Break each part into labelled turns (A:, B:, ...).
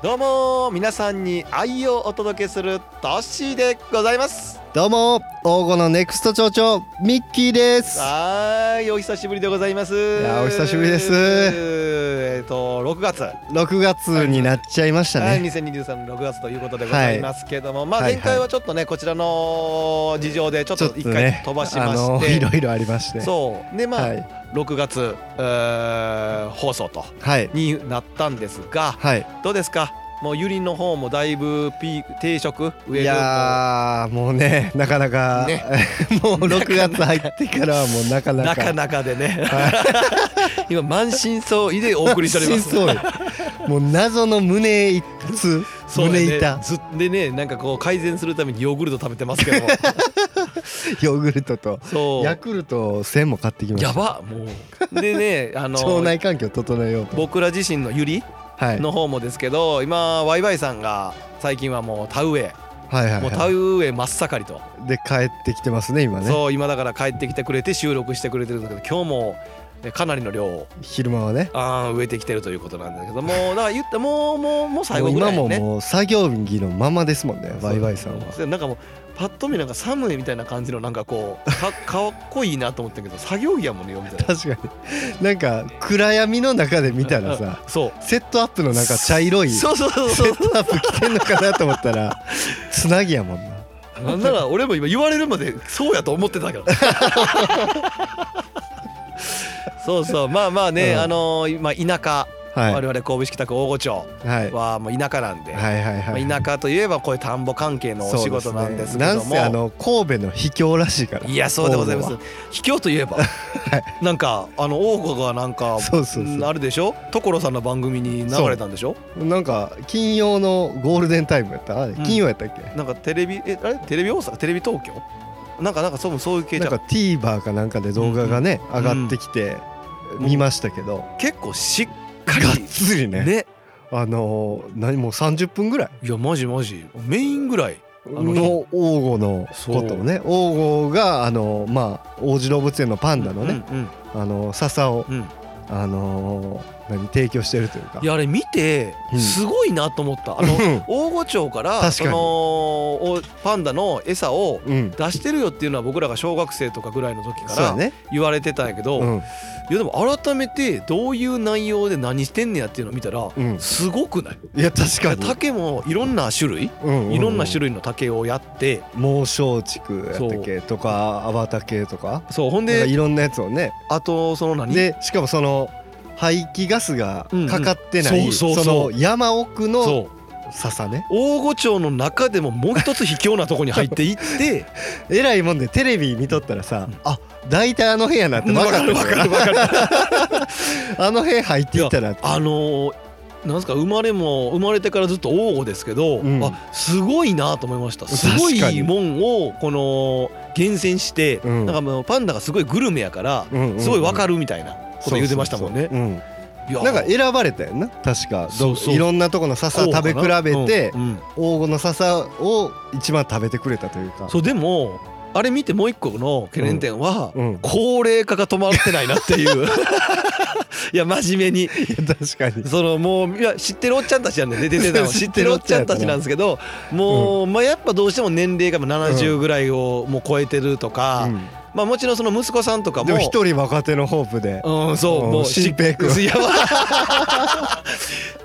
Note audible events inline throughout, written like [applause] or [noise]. A: どうも皆さんに愛をお届けするトッシーでございます
B: どうも王語のネクスト町長ミッキーです
A: はーいお久しぶりでございますい
B: やーお久しぶりです
A: えっ、と6月は
B: 6月になっちゃいました
A: い
B: ね
A: 2023年6月ということでございますけども、まあ
B: はいは
A: 前
B: い
A: 回はちょっとねこちらの事情でちょっ
B: ちょ
A: と
B: っと
A: 一回
B: ね
A: 飛ばし
B: あ
A: ま
B: の
A: し
B: い
A: て、
B: ろいろありまして
A: そうでまあ、
B: はい
A: 6月、えー放送と
B: はい
A: になったんですが
B: はい
A: どうですかもうゆりの方もだいぶピーク定食
B: い
A: 植える
B: やーもうねなかなか、
A: ね
B: [laughs] もう6月入ってからはもうなかな
A: な
B: か
A: かなかでね、 [laughs]
B: は
A: 今満身創痍でお送りしており
B: [laughs]
A: ます
B: 真相よもう謎の胸一つ
A: そうだよね
B: 胸板
A: ずでねなんかこう改善するためにヨーグルト食べてますけ
B: [laughs]
A: ども
B: ヨーグルトと
A: そう
B: ヤクルト1000も買ってきま
A: や
B: した
A: ばもうでねあ
B: 腸
A: の
B: 内環境整えようと
A: 僕ら自身のゆり
B: はい
A: の方もですけど今ワイワイさんが最近はもう田植え、
B: はいはい
A: もう田
B: は
A: 植え真っ盛りと、
B: いで帰ってきてますね今ね
A: そう今だから帰ってきてくれて収録してくれてるんだけど今日もえかなりの量を
B: 昼間はね
A: あー植えてきてるということなんだけどもうだから言ったもうもうもう最
B: も
A: 後
B: う
A: ぐら
B: 今
A: いね
B: ももう作業着のままですもんねバイバイさんは
A: そうなんかもうパッと見なんか寒いみたいな感じのなんかこうか [laughs] かっこいいなと思ったけど作業着やもんねよみたいな
B: 確かになんか暗闇の中で見たら
A: [laughs]
B: さ [laughs]
A: そう
B: セットアップのなんか茶色い
A: そうそうそう
B: セ
A: そ
B: ットアップ着てんのかなと思った
A: [laughs]
B: らつなぎやもんな
A: うなんなら俺も今言われるまでそうやと思ってたけ
B: [laughs]
A: どそうそうまあまあね、
B: うん
A: あのーまあ、田舎、
B: はいは
A: 我々神戸市北区大御町
B: いはい
A: はもう田舎なんで、
B: はいはい
A: まあ、田舎といえばこういう田んぼ関係のお仕事なんですけども、
B: そうですねなんせあの神戸の秘境らしいから
A: いやそうでございま
B: 王
A: す
B: 吾は
A: 卑怯といえ [laughs] ば、なんかあの王子がなんか
B: そうそうそう
A: うんあれでしょ所さんの番組に流れたんでしょ
B: なんか金曜のゴールデンタイムやったあれ
A: ん
B: 金曜やったっけ、
A: なんかテレビえあれテレビ大阪テレビ東京なんかなんかそうそういう系じ
B: な
A: ゃ
B: ん
A: ん
B: か TVer かなんかで動画がね、
A: ん
B: 上がってきて見ましたけど、
A: 結構しっか
B: がっ
A: り
B: つりね
A: ね
B: あのー何もう30分ぐらい
A: いやマジマジメインぐらいの日
B: の王吾のことをね王吾があのーまあ王子動物園のパンダのね、
A: うん
B: あのー笹を
A: うんうん
B: あのー何提供してるというか
A: いやあれ見て
B: うん
A: すごいなと思った、あ [laughs] の
B: うん
A: 大御町から
B: 確か
A: そ
B: に
A: のおパンダの餌を
B: うん
A: 出してるよっていうのは僕らが小学生とかぐらいの時か
B: そうや
A: ら
B: ね
A: 言われてたんやけど、
B: うん
A: いやでも改めてどういう内容で何してんねやっていうのを見たら
B: うん
A: すごくない
B: いや確かに
A: 竹もいろんな種類
B: うん
A: いろんな種
B: 類
A: 類の竹をやって
B: 猛松竹やったっけとかアバタ系とか
A: そうほん
B: なんか
A: で
B: いろんなやつをね
A: あとその何
B: でしかもその排気ガスがかかってな
A: うんう
B: い
A: ん
B: そ
A: そうそうそ
B: の
A: う
B: 山奥の
A: そう
B: 笹ね
A: 大御町の中でももう一つ卑怯なとこに入っていって
B: えらいもんでテレビ見とったらさ
A: うん
B: [laughs] あ大体あの辺やなって分かる
A: わかるわかるわかる
B: あの辺入っていったら
A: あのーなんすか生まれも生まれてからずっと大御ですけど、
B: うん
A: あすごいなと思いましたすご
B: 確かに
A: いもんをこの厳選して、
B: うん
A: なんかもうパンダがすごいグルメやから、すごいわかるみたいなこと言ってましたもんね。
B: ね
A: いや
B: なんか選ばれたよな確か
A: そ
B: ど
A: うそう
B: いろんなとこの笹
A: こうか
B: 食べ
A: な
B: 比べて
A: うんうん
B: 黄金の笹を一番食べてくれたというか
A: そうでもあれ見てもう一個の懸念点は、
B: うんうん
A: 高齢化が止まってないなっていう
B: [laughs]
A: いや真面目に
B: いや確かに
A: そのもういや知ってるおっちゃんたちなんで出てたの
B: [laughs]
A: は知ってるおっちゃんたちなんですけどもう、まあ、やっぱどうしても年齢がもう70ぐらいをもう超えてるとか、
B: う
A: まあ、もちろんその息子さんとか
B: ん
A: も
B: でも一人若手のホープで
A: うん、そう、
B: うん
A: もう
B: 新平君
A: いや [laughs]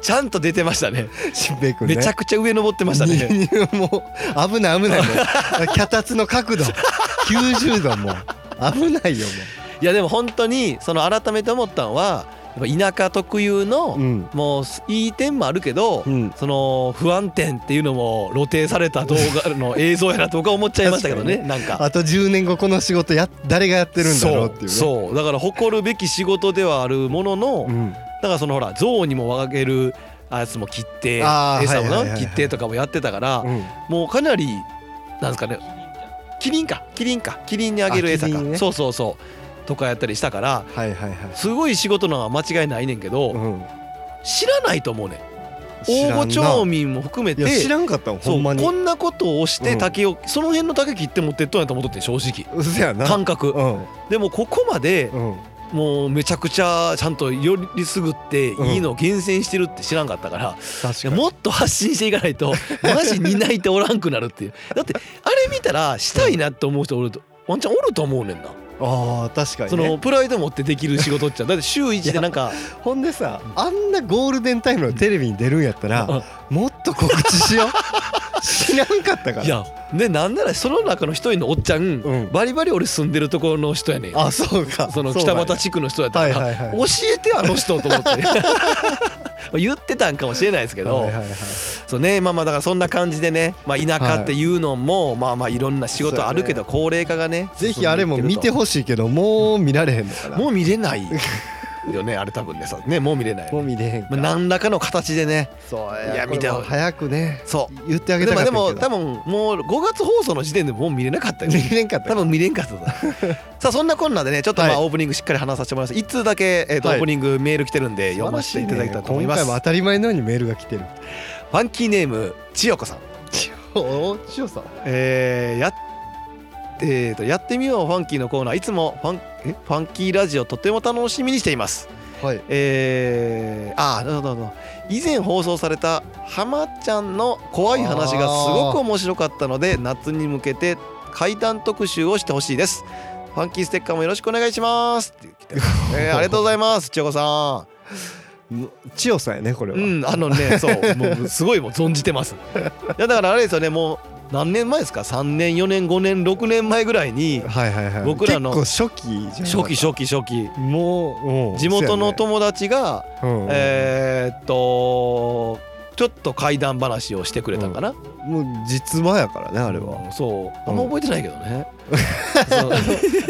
A: ちゃんと出てましたね
B: 新平君ね
A: めちゃくちゃ上登ってましたね
B: 二人もう危ない危ないもう脚立の角度90度もう危ないよも
A: いやでも本当にその改めて思ったのはやっぱ田舎特有の、
B: うん
A: もういい点もあるけど、
B: うん
A: その不安定っていうのも露呈された動画の映像やなと僕は思っちゃいましたけどねなんか。
B: あと10年後この仕事や誰がやってるんだろうっていうね
A: そうそうだから誇るべき仕事ではあるものの、
B: うん
A: だからそのほら象にも分けるやつも切って
B: あー
A: 餌も
B: はいはいはい
A: な
B: はい
A: 切ってとかもやってたから、
B: うん
A: もうかなりなんですかねキリンかキリンかキリンにあげる餌
B: あ
A: か、
B: キリンね
A: そうそうそうとかやったりしたから
B: はいはいはい
A: すごい仕事なのは間違いないねんけど、
B: うん
A: 知らないと思うねん
B: 知らんな
A: 応募町民も含め
B: い
A: て
B: や知らんかったもん
A: そ
B: ほ
A: うん
B: まに
A: こんなことをして竹を、その辺の竹切って持ってっとんやと思っとってん正直
B: うそやな
A: 感覚
B: うん
A: でもここまで
B: うん
A: もうめちゃくちゃちゃんとよりすぐっていいのを厳選してるって知らんかったから、
B: 確
A: い
B: か
A: や
B: に
A: もっと発信していかない
B: [laughs]
A: とマジ担い手おらんくなるっていうだってあれ見たらしたいなって思う人おるとワンチャンおると思うねんな、
B: あー確かにね
A: そのプライド持ってできる仕事っちゃだって週1でなんか
B: ほんでさあんなゴールデンタイムのテレビに出るんやったらもっと告知しよう [laughs] 知らんかったから
A: いやでなんならその中の一人のおっちゃん、
B: うん
A: バリバリ俺住んでるところの人やねん
B: あそうか
A: その
B: うな
A: 北
B: んや
A: 俣地区の人やったから、
B: はいはいはい
A: 教えてあの人と思って
B: [laughs]
A: 言ってたんかもしれないですけど、
B: はいはいはい
A: そうねまあまあだからそんな感じでね、まあ、田舎っていうのも、まあまあいろんな仕事あるけど高齢化がね
B: ぜひあれも見て
A: ほ
B: ほしいけどもう見られへんのかな
A: もう見れないよねあれ多分ねそうねもう見れない、
B: もう見れへんか
A: まあ、何らかの形でね
B: そう
A: いや見て
B: これも早くね
A: そ
B: 言ってあ
A: う
B: げ
A: で
B: たか
A: も
B: った
A: で
B: けど
A: も多分もう5月放送の時点でもう見れなかったよね
B: 見れんかった
A: 多分見れんかった
B: [laughs]
A: なさあそんなこんなでねちょっとま
B: は
A: あ
B: い
A: オープニングしっかり話させてもらいます一通だけ、えーと
B: は
A: オ
B: い
A: ープニングメール来てるんで読ませていただきたいと思いま
B: 今
A: す、
B: 回も当たり前のようにメールが来てる
A: ファンキーネーム千代子さん
B: お千代さん
A: えーやっえーとやってみようファンキーのコーナーいつもファンえファンキーラジオとても楽しみにしています
B: はい
A: えー、あーなるほどなるほど以前放送された浜ちゃんの怖い話がすごく面白かったので夏に向けて怪談特集をしてほしいですファンキーステッカーもよろしくお願いしますって来てます、えーありがとうございます千代子さ
B: 千代さんやねこれ
A: ん
B: は、
A: うんあの
B: [laughs]
A: ねそうもうすごいもう存じてますいやだからあれですよねもう何年前ですか3年4年5年6年前ぐらいに
B: はいはいはい
A: 僕らの
B: 結構初期じゃなかった
A: 初期初期初期
B: もうもう
A: 地元の
B: そう
A: 友達が
B: やねうん
A: えーっとちょっと怪談話をしてくれたんかな、
B: もう実話やからねあれは
A: うんそうあんま
B: うん
A: 覚えてないけど
B: [laughs]
A: ね、そう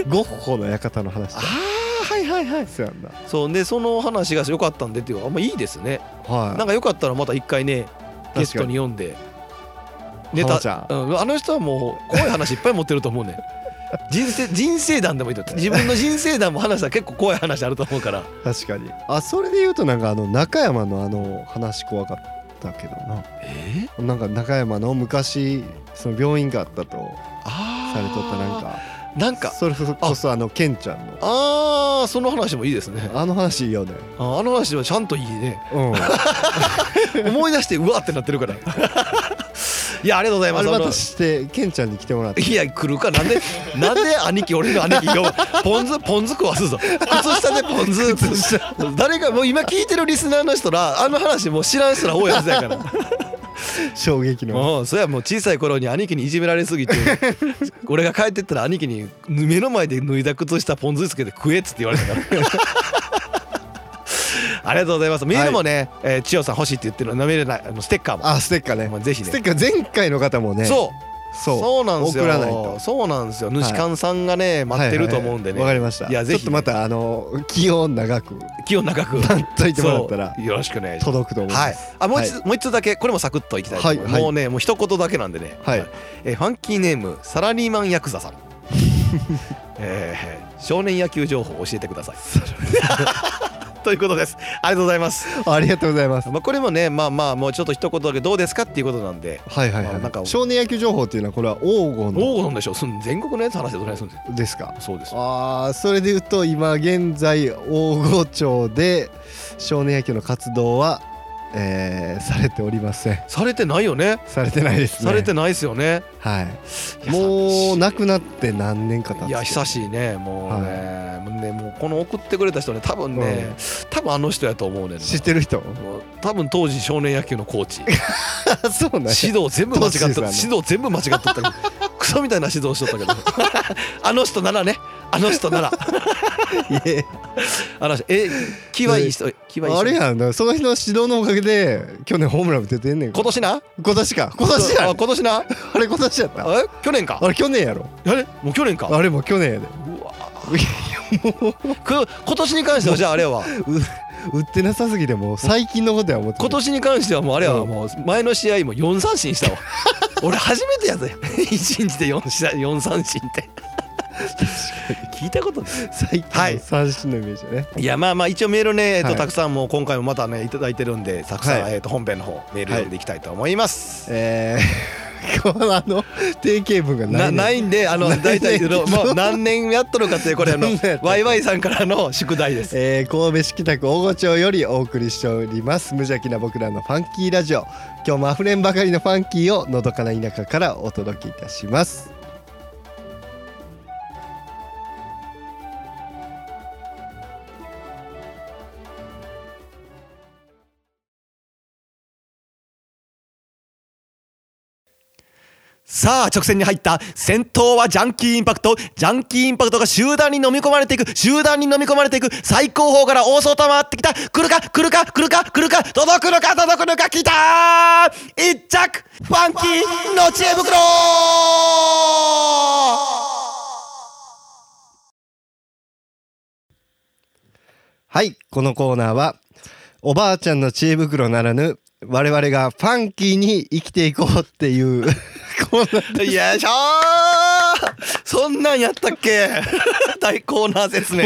B: ゴッホの館の話
A: あ
B: だ
A: あはいはいはい
B: そうやんな
A: そうでその話が良かったんでっていうかあんまいいですね
B: はい
A: なんかよかったらまた一回ね
B: か
A: ゲストに読んで
B: に
A: ネ
B: 浜
A: タ
B: ちゃ
A: うん、あの人はもう怖い話いっぱい持ってると思
B: [laughs]
A: うね人生人生談でもいいと自分の人生談も話したら結構怖い話あると思うから
B: 確かにあそれで言うとなんかあの中山のあの話怖かったけどな
A: え
B: なんか中山の昔その病院があったと
A: あ
B: されとったなんか
A: かなんか
B: それこそあのケンちゃんの
A: ああその話もいいですね
B: あの話いいよね
A: ああの話はちゃんといいね
B: うんあ
A: 思い出してうわってなってるから
B: [laughs]
A: いやありがとうございます
B: れま
A: あの
B: たしてケンちゃんに来てもらって
A: いや来るかなん
B: [laughs]
A: でなんで兄貴俺の兄貴今日ポン酢ポン酢食わすぞ靴下でポン酢誰かもう今聞いてるリスナーの人らあの話もう知らん人ら多いはずやから
B: [laughs] 衝撃の
A: もうそれはもう小さい頃に兄貴にいじめられすぎて俺が帰ってったら兄貴に目の前で脱いだ靴下ポン酢つけて食えっつって言われたから
B: [laughs]
A: ありがとうございますメールもね、えー千代さん欲しいって言ってるの舐めれないあのステッカーも
B: あステッカー
A: まあ
B: ね
A: ぜひね
B: ステッカー前回の方もね
A: そう
B: そ
A: そううなんですよ
B: 送らないと
A: そうなんですよ
B: い
A: 主観さんがね待ってると思うんでね、
B: わかりました
A: いやぜひ
B: ちょっとまたあの気を長く
A: 気を長く
B: なっといてもらったら
A: そうよろしくお願いします
B: 届くと思いま
A: はい
B: す、、
A: あもう一つ、もう一つだけこれもサクッといきたいと思います、
B: はいはい
A: もうねもう一言だけなんでね、
B: はい
A: えーファンキーネームサラリーマンヤクザさ
B: [laughs]
A: んえー少年野球情報を教えてください [laughs] ということですありがとうございます、
B: ありがとうございます
A: まあ、これもねまあまあもうちょっと一言だけどうですかっていうことなんで
B: はいはいはい
A: あなんか
B: 少年野球情報っていうのはこれは黄金の
A: どうなんでしょうその全国のやつ話でどないするんです
B: ですか
A: そうです
B: あーそれで言うと今現在大御町で少年野球の活動は、えーされておりません
A: されてないよね
B: されてないですね
A: されてないですよね
B: はい
A: いや
B: もう亡くなって何年か経つ
A: いや久しいねもうね,、もうねもうこの送ってくれた人ね多分ね、
B: うん
A: 多分あの人やと思うねんな
B: 知ってる人
A: もう多分当時少年野球のコ
B: [laughs]
A: ーチ
B: あそうなんや
A: 指導全部間違って
B: 当時です
A: た
B: よね
A: 指導全部間違ってたけ [laughs]
B: [laughs] [laughs]
A: どクソみたいな指導しとったけどあの人ならねあの人なら
C: いえ
A: 嵐え気はいい人気はいい人
B: あれやんだその人の指導のおかげで去年ホームラン打ててんねん
A: 今年な
B: 今年か今年や
A: あ今年な
B: あれ今年やった
A: え去年か
B: あれ去年やろ
A: あれもう去年か
B: あれもう去年やで
A: うわく今年に関してはじゃああれは
B: 売ってなさすぎてもう最近のことや思って
A: 今年に関してはもうあれはもう前の試合も4三振した [laughs] わ俺初めてやぜ [laughs] 一日で 4, 試合4三振って聞いたことない
B: 最
A: は
B: 近
A: い
B: の三振のイメージだね
A: いやまあまあ一応メールね、えっ
B: は
A: と、
B: い
A: たくさんもう今回もまたねいただいてるんでたくさん、
B: はい
A: えっと、本編の方メール読んでいきたいと思います、
B: えー [laughs] このあの定型文がな
A: ない
B: ね
A: ないんで [laughs] あの大体のもう何年やっとるかってこれあの
B: 何年やっとる
A: ワイワイさんからの宿題です
B: えー神戸市北区大御町よりお送りしております無邪気な僕らのファンキーラジオ今日もあふれんばかりのファンキーをのどかな田舎からお届けいたします
A: さあ直線に入った先頭はジャンキーインパクトジャンキーインパクトが集団に飲み込まれていく集団に飲み込まれていく最高峰から大外回ってきた来るか来るか来るか来るか届くのか届くのか来たー一着ファンキーの知恵袋
B: はいこのコーナーはおばあちゃんの知恵袋ならぬ我々がファンキーに生きていこうっていう [laughs] コーナー
A: よいしょーそんなんやったっ [laughs] け大コーナー説明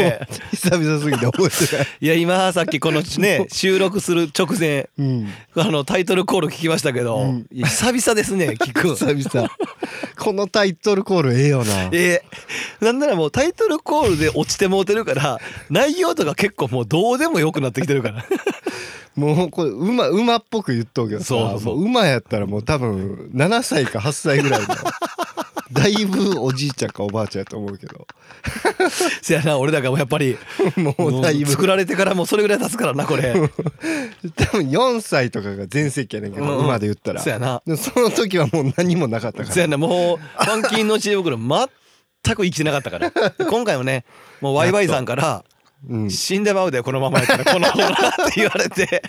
B: 久々すぎて覚えてない
A: いや今さっきこの [laughs] ね収録する直前
B: うん
A: あのタイトルコール聞きましたけど、
B: うん
A: いや久々です
B: [laughs]
A: ね聞く
B: 久々このタイトルコールええよな
A: えーなんならもうタイトルコールで落ちてもうてる
B: [laughs]
A: から内容とか結構もうどうでもよくなってきてるから
B: もうこれ馬馬っぽく言っとくけどさ
A: そうそう
B: も馬やったらもう多分7歳か8歳ぐらいの [laughs] だいぶおじいちゃんかおばあちゃんやと思うけど
A: せやな俺らがもうやっぱり
B: も
A: も
B: う
A: う
B: だいぶ
A: 作られてからもうそれぐらい経つからなこれ
B: 多分4歳とかが全盛期やねんけど、
A: うんうん
B: 馬で言ったら
A: せやな
B: でもその時はもう何もなかったか
A: せ
B: ら
A: やなもう「ファンキーの知恵袋」全く生きてなかったから今回もねもうワイワイさんから
B: う
A: 「
B: ん
A: 死んでまうでこのままやったらこのコーナー」って言われて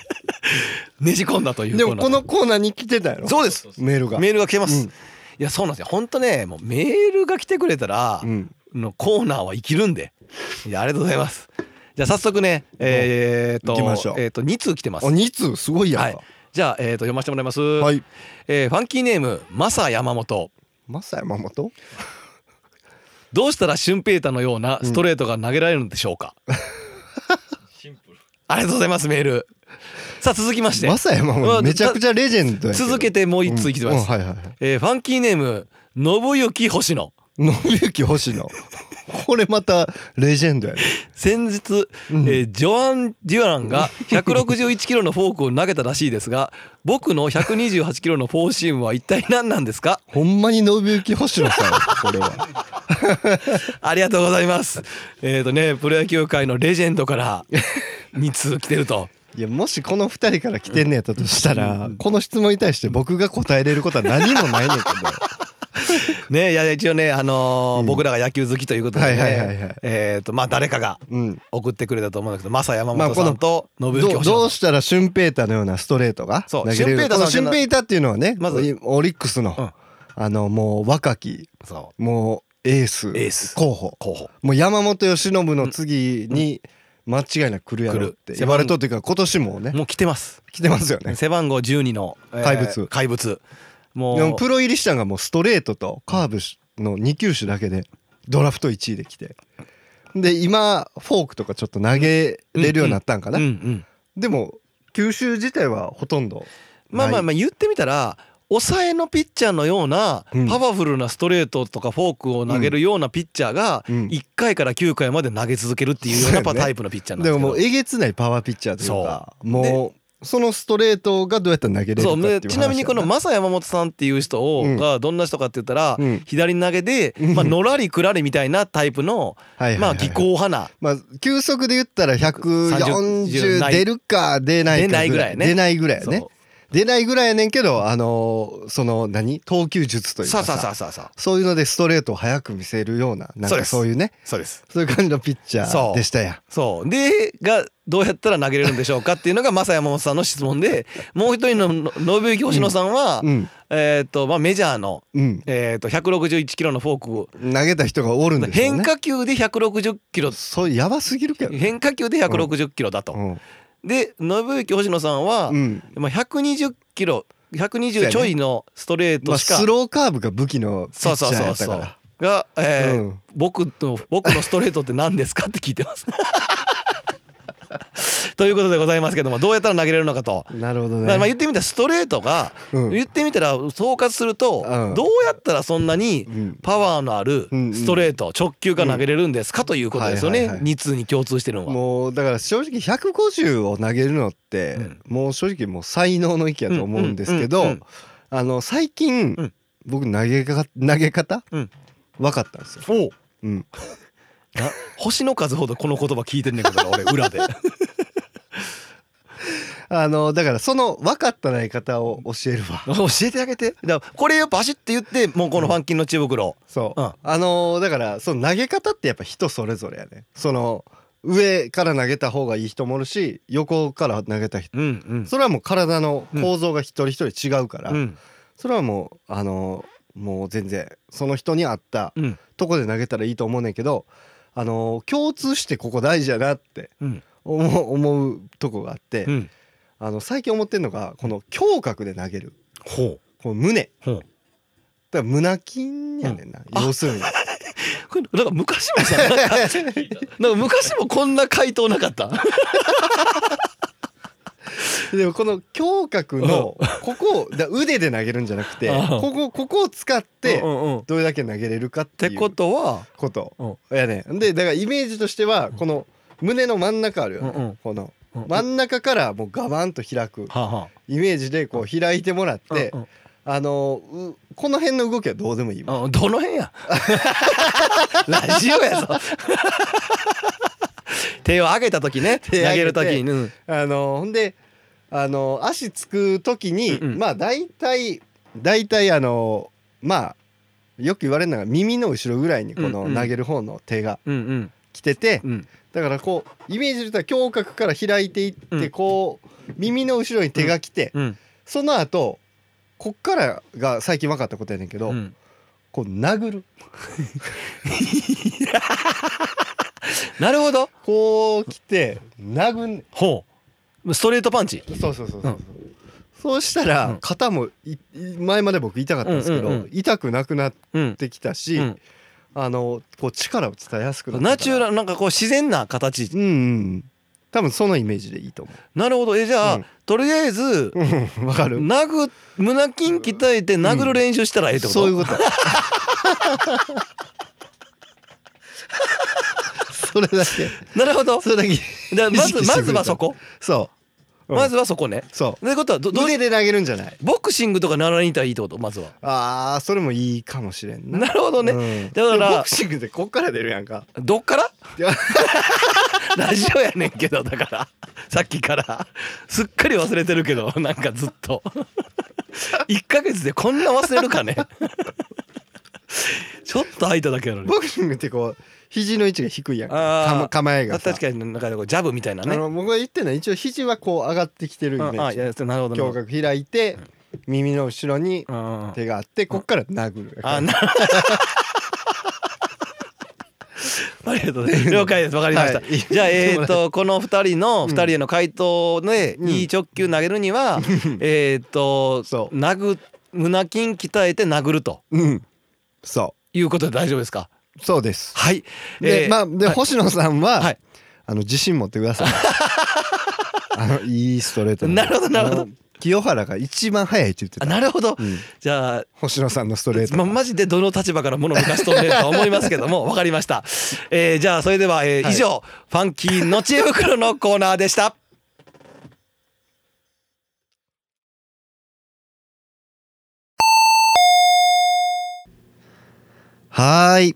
A: ねじ込んだという
B: でもこの
A: コーナー
B: コーナーに来てたやろ
A: そうです
B: メールが
A: メールが来てます、
B: うん
A: いやそうなんですよ本当ねもうメールが来てくれたら、
B: うん
A: のコーナーは生きるんで。いや、ありがとうございます。じゃあ早速ね、えー、っと、
B: 行きましょう
A: えーっと、2通来てます。
B: お2通すごいや
A: は
B: ん
A: い
B: か。
A: じゃあ、えーっと、読ませてもらいます。
B: はい
A: えーファンキーネーム、マサ山本。
B: マサヤマモト
A: どうしたらシュンペーターのようなストレートが投げられるんでしょう [laughs] か、ありがとうございます、メール。さあ、続きまして
B: マ。サヤマモ
A: う
B: ト
A: ん
B: めちゃくちゃレジェンドやけど
A: 続けてもう1通来てます。
B: うんうんはいはいはい
A: えーファンキーネーム、信行星野。
B: 信行星野これまたレジェンドやね
A: 先日、えージョアン・デュアランが161キロのフォークを投げたらしいですが僕の128キロのフォーシームは一体何なんですか
B: ほんまに信行星野さ
A: [laughs]
B: んやこれは
A: ありがとうございますえっ、とねプロ野球界のレジェンドから2通来てる
B: [laughs]
A: と
B: いやもしこの2人から来てんねやったとしたら、この質問に対して僕が答えれることは何もないねんけ
A: ねいや一応ね、あのー僕らが野球好きということで、ね
B: はいはいはいはい
A: えっ、とまあ誰かが
B: ど、うん、
A: 送ってくれたと思うんだけどマサ山
B: まあ
A: 本さんと信之
B: ど
A: 星野さん
B: どうしたらシュンペーターのようなストレートが
A: そう
B: 投げれ
A: シュンペー
B: る
A: ター
B: こ
A: さん
B: のシュンペーターっていうのはね
A: まず
B: オリックスの、
A: うん
B: あのもう若き
A: そう
B: もうエース
A: エース
B: 候補
A: 候補
B: もう山本由伸の次に間違いなく来るやろって言われとってから今年もね
A: もう来てます
B: 来てますよね
A: 背番号12の、えー
B: 怪物
A: 怪物も
B: でも
A: う
B: プロ入りしたんがもうストレートとカーブの2球種だけでドラフト1位で来てで今フォークとかちょっと投げれるようになったんかな、
A: うんうん
B: でも球種自体はほとんど
A: まあまあ
B: ま
A: まあ言ってみたら抑えのピッチャーのような
B: うん
A: パワフルなストレートとかフォークを投げるようなピッチャーが
B: うん
A: 1回から9回まで投げ続けるっていうような
B: そうやね
A: タイプのピッチャーなん
B: で
A: ですけ
B: もも
A: ど
B: うえげつないパワーピッチャーというかもうそのストレートがどうやったら投げれるか
A: そ
B: っていう話
A: うちなみにこの
B: ま
A: マサ山本さんっていう人を
B: うん
A: がどんな人かって言ったら
B: うん
A: 左投げで
B: うん
A: まあのらりくらりみたいなタイプの
B: はいはい
A: ま
B: は
A: あ
B: い
A: 技巧派な
B: まあ球速で言ったら
A: 30
B: 140出るか出ないか
A: 出ないぐらいね
B: 出ないぐらいやね
A: そ
B: 出ないぐらいやねんけどあのその何投球術という
A: さあ
B: か
A: さあさ
B: さ
A: あさあさあ
B: そういうのでストレートを速く見せるようななん
A: そう
B: か
A: です
B: そういうね
A: そうです
B: そういう感じのピッチャ
A: そ
B: ー
A: う
B: でしたや
A: そうでがどうやったら投げれるんでしょうかっていうのが正山本さんの質問
B: [laughs]
A: でもう一人のの信行星野さんは、
B: うん
A: えっとまあ、メジャーの、
B: うん
A: えー、と161キロのフォークを
B: 投げた人がおるんですよね
A: 変化球で160キロ
B: そうやばすぎるけどね
A: 変化球で160キロだと。
B: うん
A: で信行星野さんは、
B: うん
A: まあ、120キロ
B: そうや
A: 120
B: ね
A: ちょいのストレー
B: ま
A: ト
B: あ
A: しか、
B: スローカーブが武器のピ
A: そう
B: ッチ
A: そ
B: ャ
A: うそう
B: ーやった
A: そ
B: か
A: う
B: ら
A: が、えー
B: うん
A: 僕の僕のストレートって何ですかって聞いてます [laughs] ということでございますけどもどうやったら投げれるのかと、
B: なるほど
A: まあまあ
B: ね
A: 言ってみたらストレートが、
B: うん
A: 言ってみたら総括すると、
B: うん
A: どうやったらそんなに
B: うん
A: パワーのある
B: うんうん
A: ストレート直球が投げれるんですかということですよ
B: は
A: ね、
B: いはいはい
A: 二通に共通してるのは。
B: もうだから正直150を投げるのって
A: うん
B: もう正直もう才能の域やと思うんですけ
A: うんうんう
B: ど
A: ん
B: あの最近
A: うん
B: 僕投げか投げ方
A: うん
B: 分かったんですよ。
A: おう
B: うん、
A: な星の数ほどこの言葉聞いてんねんけどな俺裏で
B: あのだからその分かった投げ方を [laughs] 教えるわ。
A: 教えてあげてだからこれをバシッて言ってもうこのファンキンの知恵袋、
B: そう、
A: うん
B: あのーだからその投げ方ってやっぱ人それぞれやねその上から投げた方がいい人もおるし横から投げた人
A: うんうん
B: それはもう体の構造が一人一人違うから、
A: うん
B: それはもうあのーもう全然その人に合った
A: うん
B: とこで投げたらいいと思うねんけどあのー共通してここ大事やなって
A: うん
B: 思う思うとこがあって、
A: うん
B: あの最近思ってんのがこの胸郭で投げる
A: ほう
B: この胸
A: ほう
B: だから胸筋やねんな、要する
A: [laughs]
B: に。
A: これなんか昔もさ [laughs] なんかなんか昔もこんな回答なかった
B: でもこの胸郭のここをだ腕で投げるんじゃなくて
A: うん
B: ここここを使って
A: うんうんっ
B: どれだけ投げれるかって
A: て
B: いう
A: こ
B: こと
A: は
B: とやねんでだからイメージとしてはこの胸の真ん中あるよね、
A: うんうん
B: この
A: うん
B: 真ん中からもうガバンと開く
A: はあは
B: イメージでこう開いてもらっ
A: あ
B: て
A: うん
B: あのうこの辺の動きはどうでもいいわ
A: うんうんどの辺 [laughs] やラジオや [laughs] ぞ手を上げた時ね投
B: 手上げて
A: げる時に、うん
B: あのほんであの足つく時に、
A: うんうん
B: まあ大体大体あのまあよく言われるのが耳の後ろぐらいにこ
A: うん
B: の
A: うん
B: 投げる方の手が
A: うんうん
B: 来てて、
A: うん
B: だからこうイメージで言ったら胸郭から開いていって、
A: うん
B: こう耳の後ろに手が来て、
A: うん
B: その後こっからが最近分かったことやねんけど、
A: うん
B: こう殴る
A: なるほど
B: こう来て殴んね
A: ほうストレートパンチ
B: んそうそうそうそうう、
A: ん
B: そうした
A: うん
B: ら肩もいい前まで僕痛かったんですけど、
A: うんうんうん
B: 痛くなくなっ
A: うん
B: てきたし、
A: うん
B: あのこう力を伝えやすくなったから
A: ナチュラルなんかこう自然な形
B: うんうん多分そのイメージでいいと思
A: なるほどえじゃあ、
B: うん
A: とりあえず [laughs]
B: ううんわかる
A: 殴胸筋鍛えて殴る練習したらええってこと、
B: そういうこと
A: [laughs]
B: それだけ
A: なるほど
B: それだけ
A: だまず
B: 意識して
A: ま
B: くれた
A: ずはそこ、
B: そう、うん
A: まずはそこね
B: そ
A: ということはど
B: う
A: どう
B: 腕で投げるんじゃない
A: ボクシングとか習いに行ったらいいってことまずは
B: あーそれもいいかもしれんな
A: なるほどね、
B: うん
A: だか
B: でも
A: ら
B: ボクシングってこっから出るやんか
A: どっから
B: いや
A: [laughs] ラジオやねんけどだからさっきからすっかり忘れてるけどなんかずっと1ヶ月でこんな忘れるか
B: [laughs]
A: ねちょっと空いただけなのに
B: ボクシングってこう肘の位置が低いやんか
A: あー
B: かま構えがさ
A: 確かになんかこうジャブみたいな
B: あ
A: ね
B: の僕が言ってるのは一応肘はこう上がってきてるイメ
A: ああい
B: ージ
A: やなるほどなるほ
B: 胸
A: ど
B: 郭開いて耳の後ろに
A: うんうん
B: 手があってこっから殴る [laughs]
A: あな [laughs] ありがとうござ
B: [laughs]
A: います了解ですわかりました、
B: はい [laughs]
A: じゃあえっ、とこの2人の2人への回答で、
B: うん
A: いい直球投げるには、 [laughs] えっと
B: そう
A: 殴胸筋鍛えて殴ると
B: うんそう
A: いうことで大丈夫ですか
B: そうです。
A: はい
B: で、
A: えー
B: まあで、
A: はい
B: 星野さんは、
A: はい
B: あの自信持ってく
A: [laughs]
B: ださい。あのいいストレートんで
A: なるほどなるほど
B: あの清原が一番速いって言って
A: あ
B: た。
A: なるほど、
B: うん
A: じゃあ
B: 星野さんのストレート。
A: ま、マジでどの立場から物を抜かしとんねえとは思いますけど [laughs] も分かりました、えーじゃあそれでは、えー
B: はい
A: 以上ファンキーの知恵袋のコーナーでした
D: はーい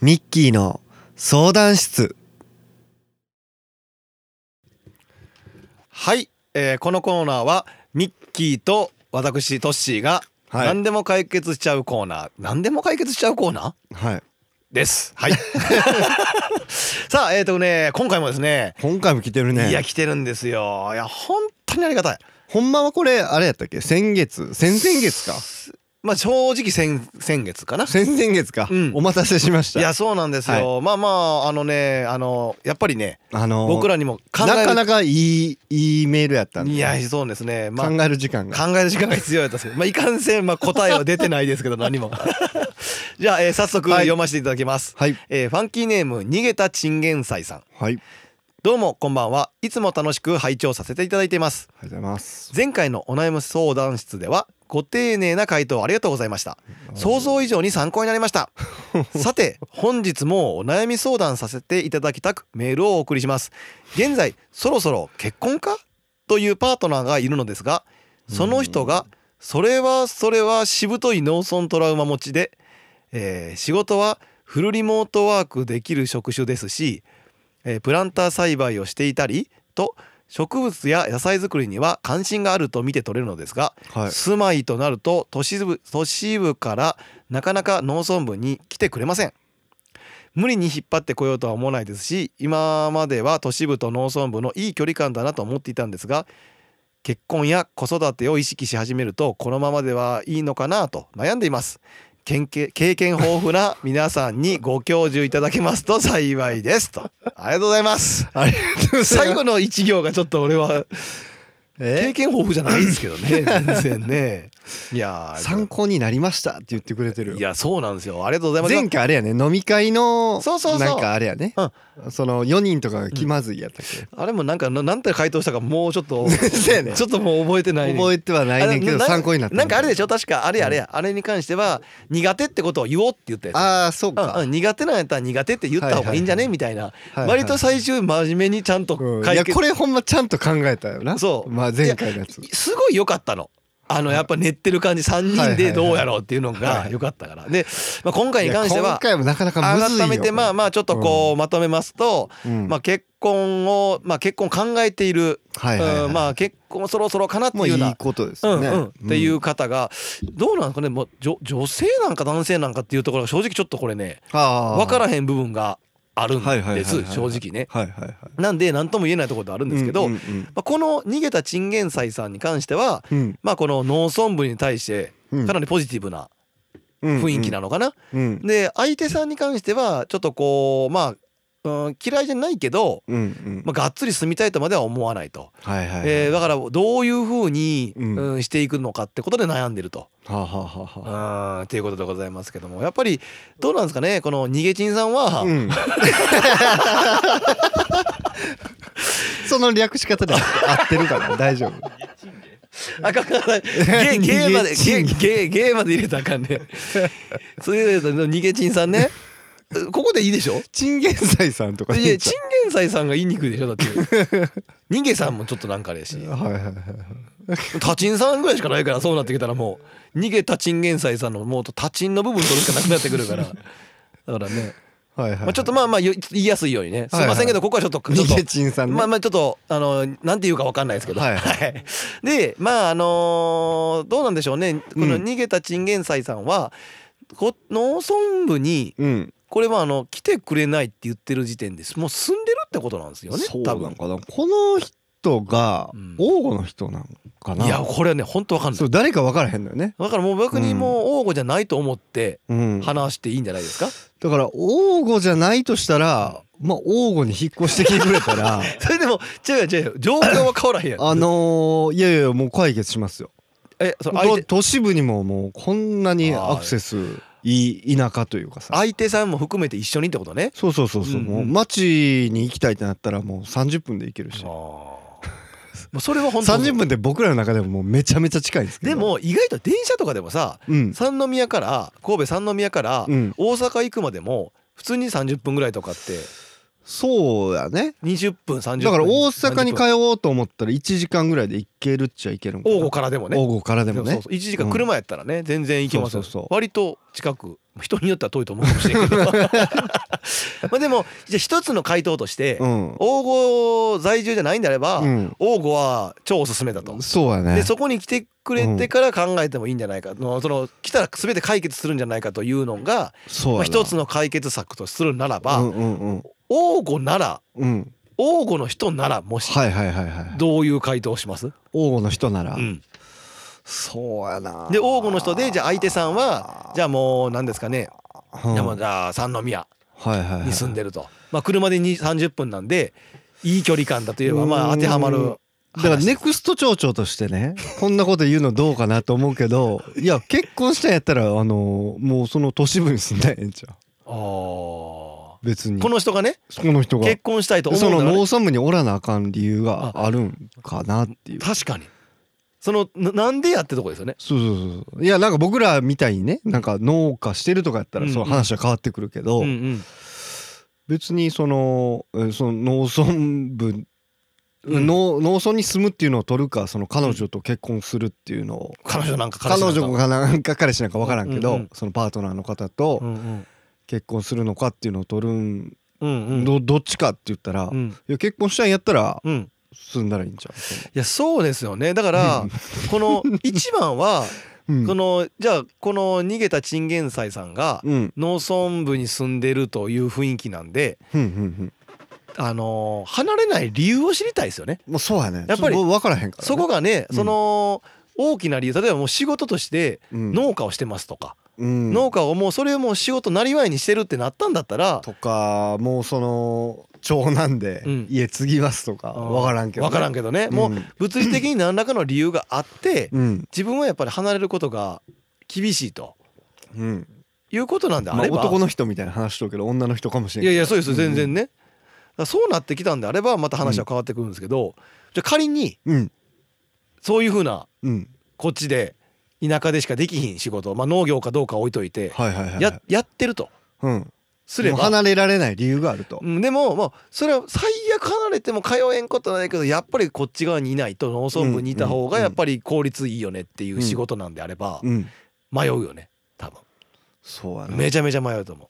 D: ミッキーの相談室
A: はい、えーこのコーナーはミッキーと私トッシーが
E: はい
A: 何でも解決しちゃうコーナー、何でも解決しちゃうコーナー
E: はい
A: です。 [laughs] はい。さあえっ、とね今回もですね
E: 今回も来てるね
A: いや来てるんですよ。いや本当にありがたい。
E: ほんまはこれあれやったっけ先月先々月か
A: まあ正直先先月かな。
E: 先々月か、
A: うん
E: お待たせしまし
A: い
E: た
A: やそうなんですよ。まあまああのねあのやっぱりね
E: あのー
A: 僕らにも考える
E: なかなかいいいいメールやったんで
A: いやそうですね。まあ
E: 考える時間が
A: 考える時間が必要だったんですけど、まあ、いかんせん、まあ、答えは出てない
E: [laughs]
A: ですけど何もじゃあ、えー早速
E: はい
A: 読ませていただきます、
E: はい
A: えーファンキーネーム逃げたチンゲンサイさん
E: はいあり
A: どうもこんばんはいつも楽しく拝聴させていただいています
E: がとうございます
A: 前回のお悩み相談室ではご丁寧な回答ありがとうございました想像以上に参考になりましたさて本日もお悩み相談させていただきたくメールをお送りします現在そろそろ結婚かというパートナーがいるのですがその人がそれはそれはしぶとい農村トラウマ持ちで、えー仕事はフルリモートワークできる職種ですしえープランター栽培をしていたりと植物や野菜作りには関心があると見て取れるのですが、
E: はい
A: 住まいとなると都市部都市部からなかなか農村部に来てくれません無理に引っ張ってこようとは思わないですし今までは都市部と農村部のいい距離感だなと思っていたんですが結婚や子育てを意識し始めるとこのままではいいのかなと悩んでいます経験経験豊富な皆さんにご教授いただけますと幸いですとありがとうござい [laughs] ます
E: ありがとうござい
A: 最
E: ます
A: 後の一行がちょっと俺は経
E: え
A: 験豊富じゃないですけど [laughs] ね全然ねいやー
E: 参考になりましたって言ってくれてる
A: いやそうなんですよありがとうございます
E: 前回あれやね飲み会の
A: そうそうそう
E: なんかあれやねその4人とかが気まずいやったっけ、
A: あれもなんかななんて回答したかもうちょっと
E: そうやね
A: ちょっともう覚えてない
E: 覚
A: え
E: えてはないねんけど参考になった
A: なんかあれでし
E: ょ
A: ょ確かあれやあれや、あれに関しては苦手ってことを言おうって言ったやつ
E: ああそうか、
A: うんうん、苦手なんやったら苦手って言った方がいいんじゃね、
E: はいはいはい
A: みたいな、
E: いはい
A: 割と最終真面目にちゃんと
E: うんい
A: 解
E: や
A: 決、
E: これほんまちゃんと考えたよな
A: そう
E: まあ、前回のやつ
A: すごい良かったの。あのやっぱ練ってる感じ3人でどうやろうっていうの
E: はいはい
A: が
E: はい
A: 良かったからで、まあ、今回
E: い
A: に
E: や
A: 関して
E: 今
A: は
E: 回もなかなかむずいよ
A: 改めてまあまあちょっとこうまとめますと、
E: うん
A: まあ、結婚を、まあ、結婚考えている、
E: はいはいはい
A: うんまあ、結婚そろそろかなってい
E: もう
A: う
E: い
A: ようない
E: ことです
A: う
E: よ
A: ん
E: ね、
A: うんってい
E: ん
A: う方がどうなんですかねもう女女性なんか男性なんかっていうところが正直ちょっとこれね
E: あー
A: 分からへん部分があるん
E: はいはいはい
A: で
E: はい
A: す正直ね。
E: はいはいはい
A: なんで何とも言えないところではあるんですけど、
E: うん
A: ま
E: うん
A: あ、この逃げたチンゲンサイさんに関しては、
E: うん
A: まあ、この農村部に対して
E: うん
A: かなりポジティブな
E: うん
A: 雰囲気なのかな。
E: うん
A: で相手さんに関してはちょっとこうまあ、うん、嫌いじゃないけど、
E: うんうん
A: まあ、がっつり住みたいとまでは思わないと。
E: はいはいはい
A: えーだからどういうふうに、
E: うん
A: うん、していくのかってことで悩んでると。
E: はあはあはあ
A: う
E: は
A: んっていうことでございますけどもやっぱりどうなんですかねこの逃げちんさんは、
E: あうんその略し方 [laughs] で合ってるかな大丈夫
A: あかんあか
E: [laughs]
A: んゲーゲーまでゲーゲーゲーまで入れたらあかんねそういうの逃げちんさんねここでいいでしょ
E: チンゲンサイさんとか
A: い
E: でいい
A: や
E: ん
A: チ
E: ち
A: ンゲンサイさんが言いにくいでしょだって
E: [laughs]
A: 逃げさんもちょっとなんかあれやし
E: ゃうはいはいはい
A: タチンさんぐらいしかないからそうなってきたらもう逃げたチンゲンサイさんのもうタチンの部分取るしかなくなってくる
E: [laughs]
A: からだからね、
E: はいはい
A: まあ、ちょっとまあまあよ言いやすいようにねすいませんけどここはちょっとちょっ
E: 逃
A: と
E: げチンさんね
A: まあまあちょっとあのなんていうかわかんないですけど、
E: はいは
A: はい [laughs] でまああのーどうなんでしょうねこの
E: うん
A: 逃げたチンゲンサイさんは、こ農村部に
E: うん
A: これはあの来てくれないって言ってる時点ですもう住んでるってことなんですよね
E: そうな
A: 多
E: ん
A: 分
E: かなこの人が
A: うん
E: 王吾の人なんかない
A: やこれはね本当わかんな
E: そ
A: いう
E: 誰か分からへんのよね
A: だからもう僕にもう王吾じゃないと思って
E: うん
A: 話していいんじゃないですか、
E: だから王吾じゃないとしたらまあ王吾に引っ越してきてくれた [laughs] ら
A: [laughs] それでも違う違う状況は変わらへんやん
E: あのーいやいやもう解決しますよ
A: えその相
E: 都
A: 手
E: 都市部にももうこんなにアクセスいい田舎というかさ
A: 相手さんも含めて一緒にってことね
E: そうそうそうそう
A: うんうん
E: もう町に行きたいってなったらもう30分で行ける
A: [laughs]
E: し
A: もうそれは本当
E: 30分って僕らの中でももうめちゃめちゃ近いんですけど
A: でも意外と電車とかでもさ
E: うん
A: 三宮から神戸三宮から
E: うん
A: 大阪行くまでも普通に30分ぐらいとかって
E: そうやね
A: 20分30分
E: だから大阪に
A: 30
E: 通
A: 分
E: おうと思ったら1時間ぐらいで行けるっちゃ行けるんかな
A: 王吾からでもね
E: 王吾からで
A: で
E: も
A: もそう
E: ね
A: そう1時間車やったらね全然行けますよ
E: そうそうそう [laughs]
A: 割と近く人によっては遠いと思うかもしれんけどまあでもじゃあ一つの回答として、
E: うん
A: 王郷在住じゃないんであれば、
E: うん
A: 王郷は超おすすめだと。
E: そう
A: で
E: やね
A: そこに来てくれてから考えてもいいんじゃないか、のその来たら全て解決するんじゃないかというのが、
E: そう
A: まあ、
E: やな
A: 一つの解決策とするならば、
E: うんうんうん
A: 王吾なら
E: うん
A: 王吾の人ならもし、
E: はいはいはいはい
A: どういう回答をします、
E: 王吾の人なら、
A: うん
E: そうやな
A: で王吾の人でじゃあ相手さんはじゃあもう何ですかね、
E: うん
A: じゃあもうじゃあ三宮
E: はいはいはい
A: に住んでると、まあ、車でに30分なんでいい距離感だといえばまあ
E: うん
A: 当てはまる
E: だから
A: 話
E: ネクスト町長としてねこんなこと言うのどうかなと思うけ
A: [laughs]
E: どいや結婚したんやったらあのもうその都市部に住んだらええんちゃ
A: あーこ
E: う別に
A: の人がね
E: そこの人が
A: 結婚したいと思
E: そうの
A: なら
E: 農村部におらなあかん理由があるんかなっていう
A: 確かにそのななんでやってとこですよね
E: そうそうそうそういやなんか僕らみたいにねなんか農家してるとかやった
A: う
E: ら
A: んうん
E: その話は変わってくるけど、
A: うんうん
E: 別にそのえその農村部、
A: うん
E: 農農村に住むっていうのを取るかその彼女と結婚するっていうのを、
A: 彼女なんか彼
E: 彼
A: 氏なんか
E: 女がなんか彼氏なんか分からんけど、
A: うんうん
E: そのパートナーの方と
A: うんうん
E: 結婚するのかっていうのを取るん、
A: うんうん
E: どどっちかって言ったら、
A: う
E: い
A: ん
E: や結婚したんやったら
A: うん
E: 住んだらいいんちゃうそ
A: いやそうですよねだからこの一番は
E: の
A: このじゃあこの逃げたチンゲンサイさんが
E: うんうん
A: 農村部に住んでるという雰囲気なんで
E: うんうん
A: あのー離れない理由を知りたいですよね。
E: うんもうそうやね
A: やっぱり
E: そこ分からへんから、ね、
A: そこがね
E: うん
A: その大きな理由例えばもう仕事として
E: うん
A: 農家をしてますとか
E: うん
A: 農家をもうそれをもう仕事なりわいにしてるってなったんだったら
E: とかもうその長男で
A: うん
E: 家継ぎますとか
A: うん
E: 分からんけど、
A: 分からん
E: け
A: けどねもう物理的に何らかの理由があって
E: うん
A: 自分はやっぱり離れることが厳しいと
E: うん、
A: いうことなんで
E: ま
A: あ
E: あ、
A: れば
E: 男の人みたいな話しとるけど女の人かもしれん
A: いやい
E: や
A: やそうですよ
E: うんうん
A: 全然ね、だからそうなってきたんであればまた話は変わってくるんですけど、じゃあ仮に
E: うん
A: そういうふうな
E: うん
A: こっちで田舎でしかできひん仕事、まあ、農業かどうかは置いといて、
E: はいはいはいはい
A: ややってると
E: うん
A: すれ
E: もう
A: ば
E: [laughs] 離れられない理由がある [laughs] と
A: うんでもまあそれは最悪離れても通えんことはないけどやっぱりこっち側にいないと農村部にいた方がやっぱり効率いいよねっていう仕事なんであれば
E: うん
A: 迷うよね多分
E: そうやな
A: めちゃめちゃ迷うと思う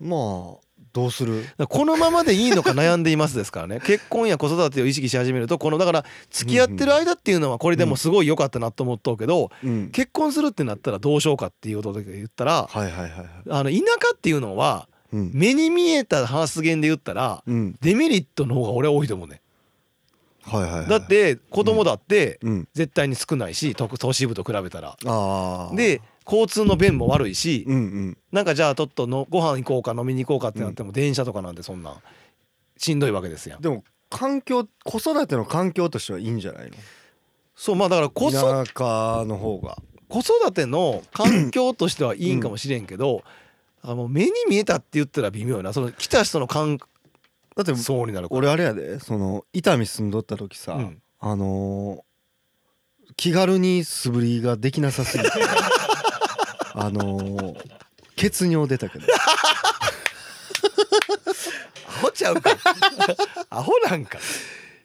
E: まあどうする
A: だからこのままでいいのか悩んでいますですから
E: [laughs]
A: ね結婚や子育てを意識し始めるとこのだから付き合ってる間っていうのはこれでもすごい良かったなと思っとうけど
E: うん
A: 結婚するってなったらどうしようかっていうことで言ったら
E: はいはいはいはい
A: あの田舎っていうのは
E: うん
A: 目に見えた発言で言ったら
E: うん
A: デメリットの方が俺は多いと思うね
E: はいはいはい
A: だって子供だって
E: うん
A: 絶対に少ないし都都市部と比べたら
E: ああ
A: で交通の便も悪いし
E: うんうん
A: なんかじゃあちょっとのご飯行こうか飲みに行こうかってなっても電車とかなんてそんなんしんどいわけですやん
E: でも環境子育ての環境としてはいいんじゃないの
A: そうまあだからこそ
E: 田舎の方が
A: 子育ての環境としてはいいんかもしれんけど、あの目に見えたって言ったら微妙やなその来た人の感
E: だって
A: 想になるから
E: 俺あれやでその伊丹住んどった時さ、
A: うん
E: あのー気軽に素振りができなさす [laughs] ぎてあのー血尿出たけど
A: アホちゃ
E: [laughs]
A: うかアホなんか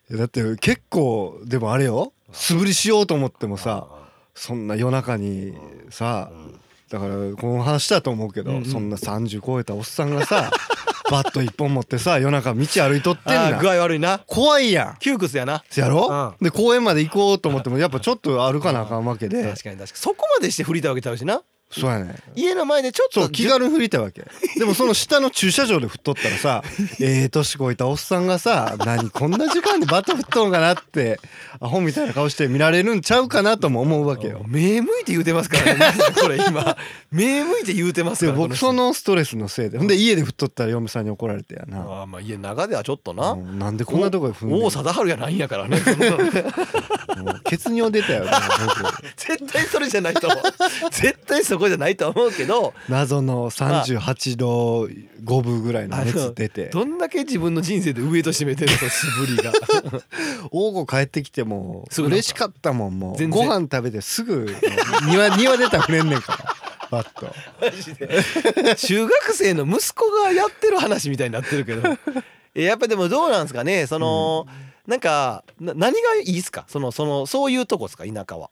E: いやだって結構でもあれよ素振りしようと思ってもさそんな夜中にさ
A: うん
E: だからこの話だと思うけど、
A: うんうん
E: そんな30超えたおっさんがさ [laughs] バット一本持ってさ夜中道歩いとってん
A: あー具
E: な
A: 合悪いな
E: 怖いやん
A: 窮屈やな
E: やろ、で公園まで行こうと思ってもやっぱちょっと歩かなあかんわけで、
A: 確かに確かにそこまでして振りたわけちゃうしな
E: そうやね
A: 家の前でちょっ
E: そ
A: と
E: う気軽に振りたいわけでもその下の駐車場で振っとったらさええ年こいたおっさん
A: [laughs]
E: がさ何こんな時間にバット振っとんかなってアホみたいな顔して見られるんちゃうかなとも思うわけよ
A: 目向いて言うてます
E: [laughs]
A: からねこれ今目向いて言うてます
E: で
A: から
E: 僕
A: こ
E: そ
A: の人
E: のストレスのせいでほんで家で振っとったら嫁さんに怒られてやな、
A: あーまあ家の中ではちょっとな、
E: うんなんでこんなとこで振んねん
A: 王貞治やないんやからね [laughs]
E: もう血尿出たよ、ね、
A: 絶対それじゃないと
E: [laughs]
A: 思う絶対そこじゃないと思うけど
E: 僕 [laughs] 謎の38度5分ぐらいの熱出て
A: どんだけ自分の人生で上と占めてるの素
E: [laughs]
A: 振りが
E: 王吾帰ってきても
A: す
E: う
A: ぐなんか
E: 嬉しかったもんもう
A: 全
E: ご
A: 然
E: 飯食べてすぐ庭庭出たらくれんね
A: [laughs]
E: んからバッと
A: マジで中学生の息子がやってる話みたいになってるけどえやっぱでもどうなんですかねその、なんかな何がいいですかそのそのそういうとこですか田舎は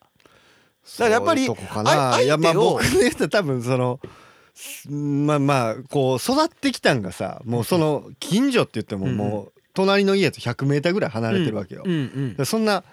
A: だからやっぱり
E: そういうとこかな
A: あ
E: いやま
A: 相
E: あ
A: 手を
E: 僕で言うと多分そのまあまあこう育ってきたんがさもうその近所って言っても
A: うん
E: もう隣の家と 100m ぐらい離れてるわけよ、
A: うんうん
E: そんな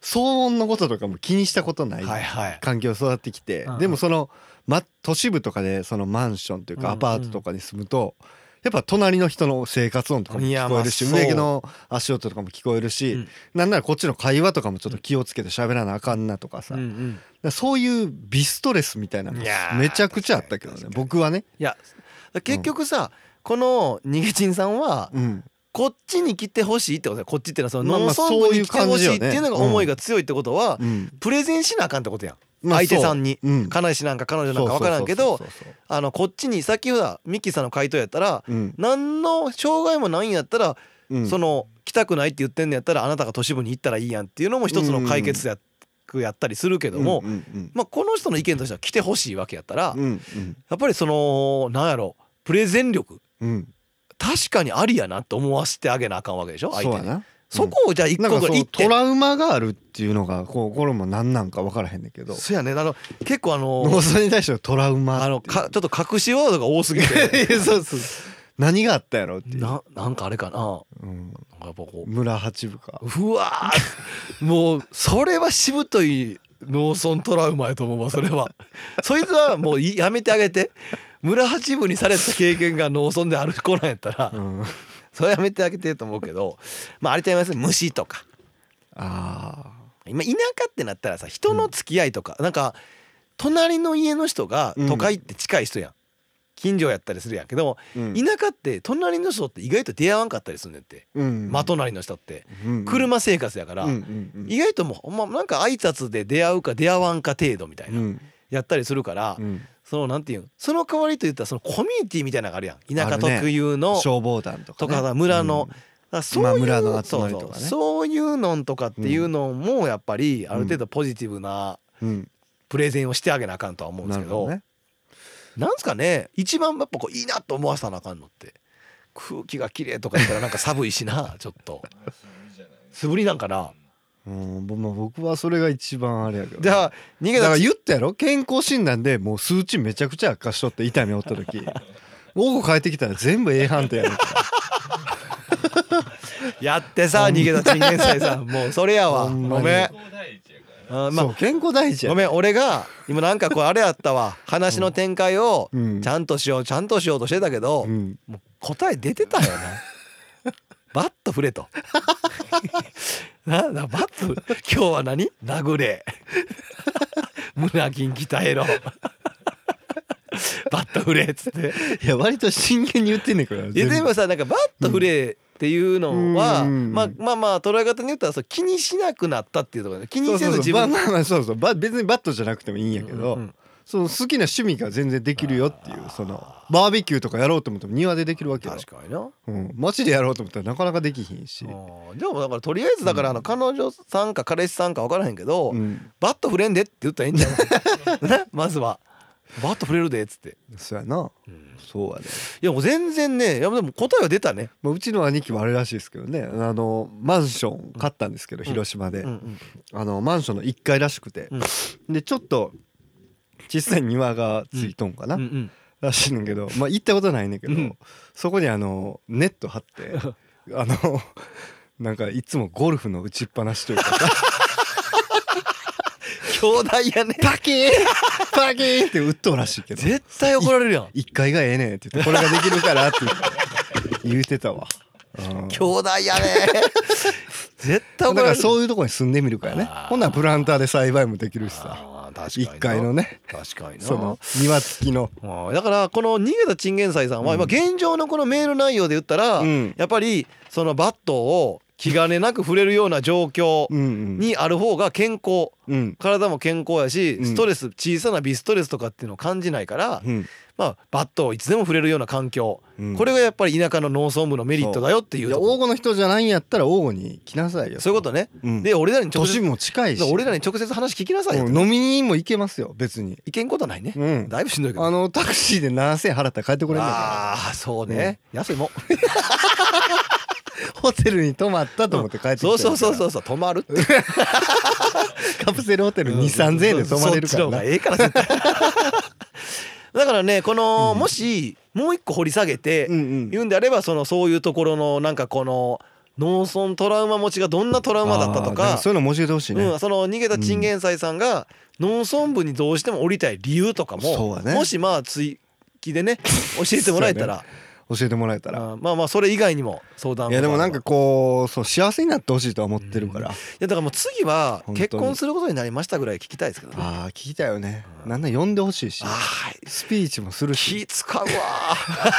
E: 騒音のこととかも気にしたことない
A: はいはい。
E: 環境育ってきて、
A: うんうん
E: でもその、ま、都市部とかでそのマンションという
A: うん
E: か
A: うん
E: アパートとかに住むと、やっぱ隣の人の生活音とかも
A: いや
E: 聞こえるし
A: まあそう
E: 上の足音とかも聞こえるし、
A: うん
E: なんならこっちの会話とかもちょっと気をつけて喋らなあかんなとかさ、
A: うんう
E: だか
A: ん、
E: らそういうビストレスみたいなの
A: いやー
E: めちゃくちゃあったけどね
A: 確かに
E: 僕はね。
A: いや結局さ、この逃げちんさんは
E: うん
A: こっちに来てほしいってことだよこっちってのはそ
E: ま
A: の
E: あまあ
A: 農村部に来てほし
E: そう
A: い
E: い
A: って
E: う感
A: い
E: じよ
A: う
E: ね
A: のが思いが強いってことは、
E: うん
A: プレゼンしなあかんってことやん
E: まあ
A: 相手さんに
E: そううん
A: 彼氏なんか彼女なんか分からんけど
E: そうそうそう
A: あのこっちにさっきほらミッキーさんの回答やったら
E: そううん
A: 何の障害もないんやったら、
E: うん
A: その来たくないって言ってんのやったらあなたが都市部に行ったらいいやんっていうのも一つの解決策やったりするけども、
E: うんうん
A: まあ、この人の意見としては来てほしいわけやったら、
E: うんうん
A: やっぱりそのなんやろプレゼン力
E: うん
A: 確かにありやなと思わせてあげなあかんわけでしょ相
E: そう
A: 手
E: や
A: に。
E: な
A: そこをじゃあ一
E: なん
A: 個
E: か
A: ぐ
E: そ
A: らい
E: の
A: 一点
E: トラウマがあるっていうのがこうこれも何なんか分からへんねんけど
A: そうやねあの結構あの
E: 農村に対してのトラウマって
A: あのかちょっと隠しワードが多すぎて
E: いや [laughs] そうそう [laughs] 何があったやろってい
A: [laughs]
E: う、
A: ななんかあれかな
E: うん、
A: なんかやっぱこう
E: 村八部か
A: うわーもうそれはしぶとい農村トラウマやと思うわそれはそいつはもういやめてあげて村八分にされた経験が農村である子なんやったら
E: うん、あ
A: それはやめてあげてと思うけどまああれちゃいます虫とか
E: あ
A: 今田舎ってなったらさ人の付き合いとか、なんか隣の家の人が
E: うん
A: 都会って近い人やん、近所やったりするやんけど、
E: ー、うん
A: 田舎って隣の人って意外と出会わんかったりするねんって、
E: うん
A: 真隣の人って、
E: うん
A: 車生活やから、
E: うんうん
A: 意外ともうほんまなんか挨拶で出会うか出会わんか程度みたい
E: うん
A: な、やったりするから、
E: うん
A: そのなんていうんその代わりといったらそのコミュニティみたいなのがあるやん田舎
E: あるね
A: 特有の、
E: 消防団とか、
A: と
E: ね、
A: かさ村の、
E: うん
A: だからそういう
E: 村の集まりとか
A: そう
E: ね
A: そうそういうのとかっていうのもやっぱりある程度ポジティブな
E: うん
A: プレゼンをしてあげなあかんとは思うんです
E: なる
A: け
E: ほ
A: ど
E: どね
A: なんすかね一番やっぱこういいなと思わせたなあかんのって空気が綺麗とか言ったらなんか寒いし
E: [laughs]
A: なちょっと素振りなんかな
E: うんぼまあ僕はそれが一番あれやけど
A: じゃあ逃げ
E: だか
A: た
E: ら言ったやろ健康診断でもう数値めちゃくちゃ悪化しとって痛みおっ
A: [laughs]
E: た時午後帰ってきたら全部 A 判定やねん
A: やってさ逃げた人間
E: [laughs]
A: 祭さんもうそれやわ
E: ほ
A: ご
E: んまに
A: めんあ [laughs] ま
E: そ
A: あ
E: う健康第一や
A: ごめん俺が今なんかこうあれやったわ話の展開を
E: うん
A: ちゃんとしようちゃんとしようとしてたけど、
E: うん
A: もう答え出てたよな。 [laughs] バッと振れと。ななバッと今日は何殴れ。胸筋鍛 [laughs] えろ。バッと振れっつって。
E: いや割と真剣に言ってんねんから
A: いやでもさなんかバッと振れっていうのは、
E: うん
A: まあまあまあ捉え方によってはそう気にしなくなったっていうところで気
E: 気
A: にせず自分
E: まあまあまあそうそうば別にバットじゃなくてもいいんやけど、
A: うんうん
E: その好きな趣味が全然できるよっていうそのバーベキューとかやろうと思っても庭でできるわけよ、
A: 確かにな。
E: うん、街でやろうと思ったらなかなかできひんし、
A: あーでもだからとりあえずだからあの彼女さんか彼氏さんか分からへんけど、
E: うん、
A: バット振れんでって言ったらいいんじゃ [laughs] ないまずは。バット振れるでっつって。
E: そうやなそうやで、
A: いやもう全然ね、いやでも答えは出たね。
E: まあ、うちの兄貴もあれらしいですけどねあのマンション買ったんですけど、広島で、
A: うん
E: あのマンションの1階らしくて、でちょっと小さい庭がついとんかな、
A: うんうん。
E: らしいねんけど、まあ、行ったことないねんけど、
A: うん
E: そこにあのネット張って
A: [laughs]
E: あのなんかいつもゴルフの打ちっぱなしという
A: [laughs]
E: かさ
A: 兄弟やね。
E: パキーンパキーンって打っとうらしいけど
A: 絶対怒られるやん。
E: 一回がええねんって言ってこれができるからって言う言うて
A: [laughs]
E: たわ、う
A: [laughs]
E: ん、
A: 兄弟やね。 [laughs] 絶対
E: だ
A: 怒ら
E: か
A: れ
E: ら
A: る。
E: そういうとこに住んでみるからね
A: あー
E: ほんならプランターで栽培もできるしさ
A: あー確かにな
E: 一階の。ね
A: 確かにな。
E: その庭付きの
A: あーだからこの逃げたチンゲンサイさんは今現状のこのメール内容で言ったら、
E: うん
A: やっぱりそのバットを気兼ねなく触れるような状況
E: うん
A: にある方が健康。
E: うんうん
A: 体も健康やし
E: うん
A: ストレス、小さな微ストレスとかっていうのを感じないから、
E: うん
A: まあ、バットをいつでも触れるような環境、
E: うん
A: これがやっぱり田舎の農村部のメリットだよってい
E: いうや
A: とこ
E: 王吾の人じゃないんやったら王吾に来なさいよ
A: そういうことね、
E: うん
A: で俺らに
E: 都
A: 直
E: 市
A: 接
E: も近いし
A: 俺らに直接話聞きなさいよ、
E: うん飲みにも行けますよ別に
A: いけんことはないね、
E: うん
A: だいぶしんどいけど
E: あのタクシーで7,000円払ったら帰ってこれんだか
A: ああそうね、安いもん
E: らホテルに泊まったと思って帰ってきて
A: そうそうそう
E: う
A: そうそう泊まるって
E: [laughs] カプセルホテル2,3,000円で泊まれるか
A: [laughs] そっちの
E: ら [laughs]
A: 方が
E: な
A: ええから絶対だからねこの、
E: うん
A: もしもう一個掘り下げて、
E: うんうん
A: 言うんであればそのそういうところのなんかこの農村トラウマ持ちがどんなトラウマだったと
E: あーなん
A: か
E: そういうのも教えてほしいね、
A: うん、その逃げたチンゲンサイさんが農村部にどうしても降りたい理由とか
E: そう
A: も、
E: だね
A: もしまあ追記でね教えてもらえたら、
E: 教えてもらえたら
A: あーまあまあそれ以外にも相談
E: いやでもなんか
A: い
E: こうそう幸せになってほしいとは思ってるから、
A: やだからもう次は
E: 本当に
A: 結婚することになりましたぐらい聞きたいですけどねあ
E: ああ聞きたいよねなんなら呼んでほしいし
A: あー
E: スピーチもするし
A: 気使うわ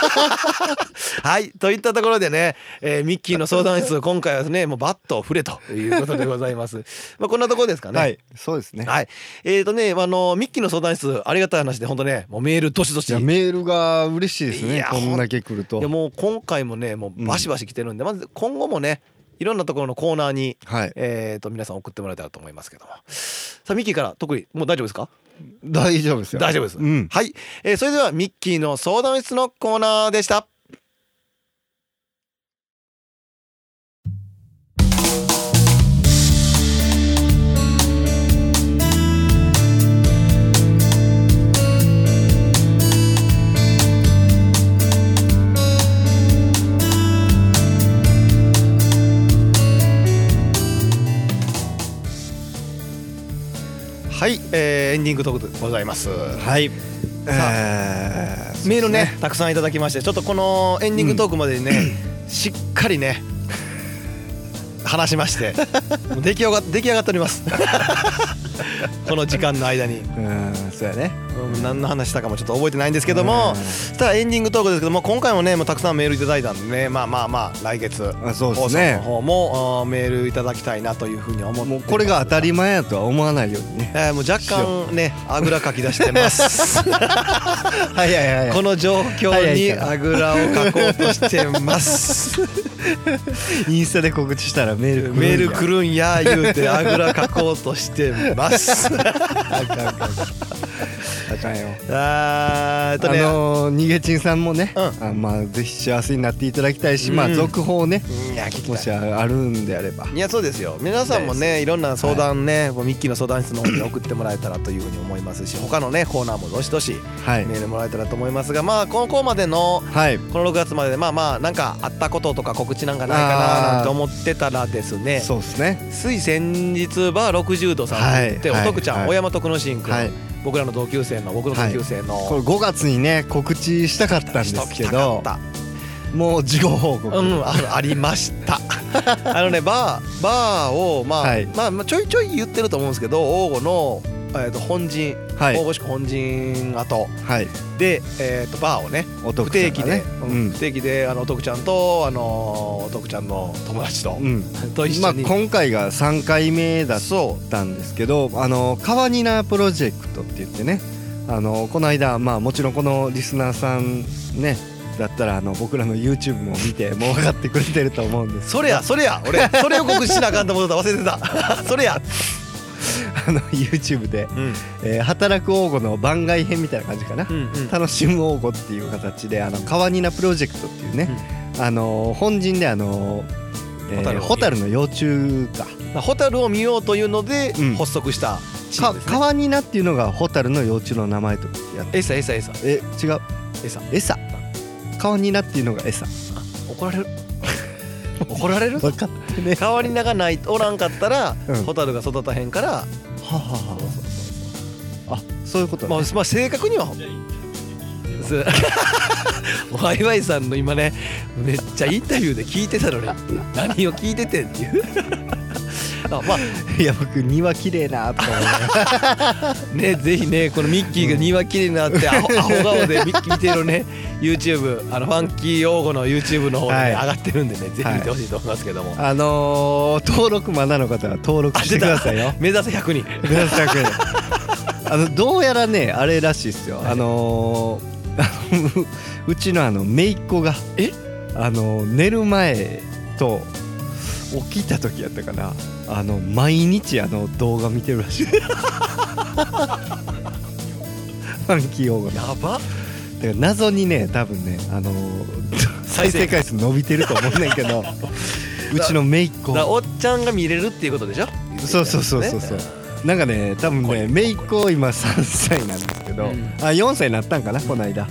A: ーはいといったところでね、えーミッキーの相談室今回はねもうバットを振れということでございます [laughs] まあこんなところですかね
E: はいそうですね
A: はい。えっ、とね、あのミッキーの相談室ありがたい話で本当ね、もうメールどしどし。
E: いやメールが嬉しいです
A: い
E: ね
A: や
E: こんだけ来る
A: いや
E: と
A: もう今回もね、もうバシバシ来てるんで、まず今後もね、いろんなところのコーナーに。
E: はい
A: えー、と皆さん送ってもらえたらと思いますけどもさあミッキーから特にもう大丈夫ですか
E: 大丈夫ですよ
A: 大丈夫です、
E: うん
A: はい、えーそれではミッキーの相談室のコーナーでしたはい、えーエンディングトークでございます
E: はいえー
A: メールねたくさんいただきましてちょっとこのエンディングトークまでにね、しっかりね話しまして
E: [laughs]
A: もう出来上が出来上がっております [laughs] この時間の間に
E: うんそうやね
A: うん何の話したかもちょっと覚えてないんですけども
E: うん
A: さあエンディングトークですけども今回もねもうたくさんメールいただいたんでねまあまあまあ来月
E: あそうで
A: 放送
E: す
A: の
E: ね
A: 方もあーメールいただきたいなというふうに思って
E: もうこれが当たり前やとは思わないようにね
A: えーもう若干ねあぐらかき出してます
E: [laughs] はいはいはい
A: この状況
E: 早
A: に
E: いから
A: あぐらをかこうとしてます
E: [laughs] インスタで告知したらメール
A: メール来
E: る
A: るんや言うてあぐらかこうとしてます
E: [laughs] あかんあかんあかんあかんよ
A: あーえっと
E: あ
A: ね、
E: のー逃げちんさんもね、
A: う
E: あまあぜひ幸せになっていただきたいし、ま
A: う
E: あ
A: ん
E: 続報ね、
A: いや聞き
E: も
A: た
E: し
A: い
E: ああるんであれば
A: いやそうですよ皆さんもねいろんな相談ね、もうミッキーの相談室の方に送ってもらえたらというふうに思いますし他のねコーナーもどしどし
E: はい
A: メールもらえたらと思いますがまあここまでの
E: はい
A: この6月まででまあまあなんかあったこととか告知なんかないかななんて思ってたらですね
E: そうですね
A: つい先日バー60度さんって言って、
E: はい
A: おとくちゃん、
E: はい
A: 大和徳之進君、
E: はい
A: 僕らの同級生の僕の同級生の、
E: これ5月にね告知したかったんですけどもう事後報告、
A: うん、あのありました [laughs] あのねバーバーを、まあ
E: はい
A: まあまあちょいちょい言ってると思うんですけど王吾の、えー、と本陣
E: はい
A: 大御所本陣跡
E: はい
A: で、えー、とバーをね
E: お得
A: 不定期で、
E: う
A: うん
E: ん
A: 不定期であのお徳ちゃんとあのお徳ちゃんの友達と
E: う、ん
A: と一
E: ま
A: 緒
E: あ
A: に、
E: 今回が3回目だっ
A: そう
E: ったんですけどあの川ニナプロジェクトって言ってねあのこの間、まあ、もちろんこのリスナーさんねだったらあの僕らの YouTube も見てもう分かってくれてると思うんです [laughs]
A: それやそれや俺それを告知しなあかんと思ってた忘れてた [laughs] それや、
E: あの YouTube で、
A: うん
E: えー働く王吾の番外編みたいな感じかな、
A: うんうん、
E: 楽しむ王吾っていう形であの川ニナプロジェクトっていうね、あの本陣であの、えー
A: 蛍の
E: 蛍の幼虫 [laughs] か
A: まあ蛍を見ようというので
E: うん
A: 発足したチー
E: か
A: ムですね。
E: 川ニナっていうのが蛍の幼虫の名前とやって
A: エサエサエサ
E: え違う
A: エサ
E: 餌川ニナっていうのが餌
A: 怒 [laughs] られる怒られる
E: 分かってね
A: 代わりながないおらんかったら
E: うん
A: 蛍が育たへんから、
E: はははあそういうこと
A: まあ
E: ね
A: まあ正確には [laughs] すワイワイさんの今ねめっちゃインタビューで聞いてたのに何を聞いててんっていう [laughs] あまあ
E: いや僕庭綺麗なとか思いながら
A: ねぜひねこのミッキーが庭きれいになって
E: [laughs]
A: アホアホ顔でミッキー見てるね YouTube あのファンキー用語の YouTube の方にね
E: はい
A: 上がってるんでねぜひ見てほしいと思いますけども、
E: あのー登録まだの方は登録してくださいよ
A: 目指せ100人
E: 皆さんこれ [laughs] あのどうやらねあれらしいっすよ
A: はい
E: あのー [laughs] うちのあの姪っ子が
A: え
E: あのー寝る前と起きた時やったかなあの毎日あの動画見てるらしい [laughs] ファンキー用語の
A: やば
E: だから謎にね多分ねあの再生回数伸びてると思うねんけ [laughs] どうちの姪っ子
A: だからおっちゃんが見れるっていうことでしょ
E: そうそうそうそうそうなんかね多分ね姪っ子今3歳なんですけど、
A: うん
E: あ4歳になったんかなこの間、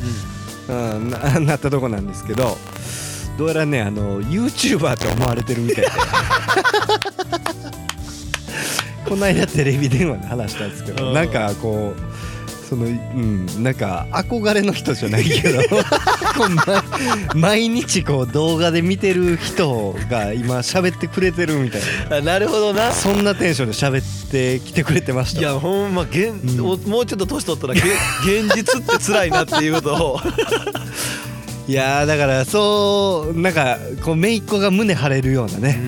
E: うん、な [laughs] なったとこなんですけどどうやらねあの YouTuber と思われてるみたいで [laughs] この間テレビ電話で話したんですけ
A: う
E: ど
A: ん
E: なんかこうそのうんなんか憧れの人じゃないけど [laughs] こう、ま毎日こう動画で見てる人が今喋ってくれてるみたい
A: あなるほどな
E: なそんなテンションで喋ってきてくれてました
A: いやほんま現、
E: うん
A: おもうちょっと年取ったらげ [laughs] 現実って辛いなっていうことを
E: いやーだからそうなんかこう姪っ子が胸張れるようなね、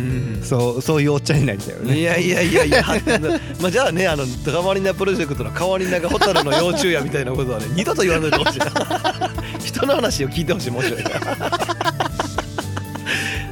E: そうそういうおっちゃんになりたいよね
A: いやいやいやいや [laughs] まあじゃあねあの「ドラマリナプロジェクト」の「変わりなが蛍の幼虫や」みたいなことはね二度と言わないで
E: [laughs]
A: ほしいな人の話を聞いてほしい面白いから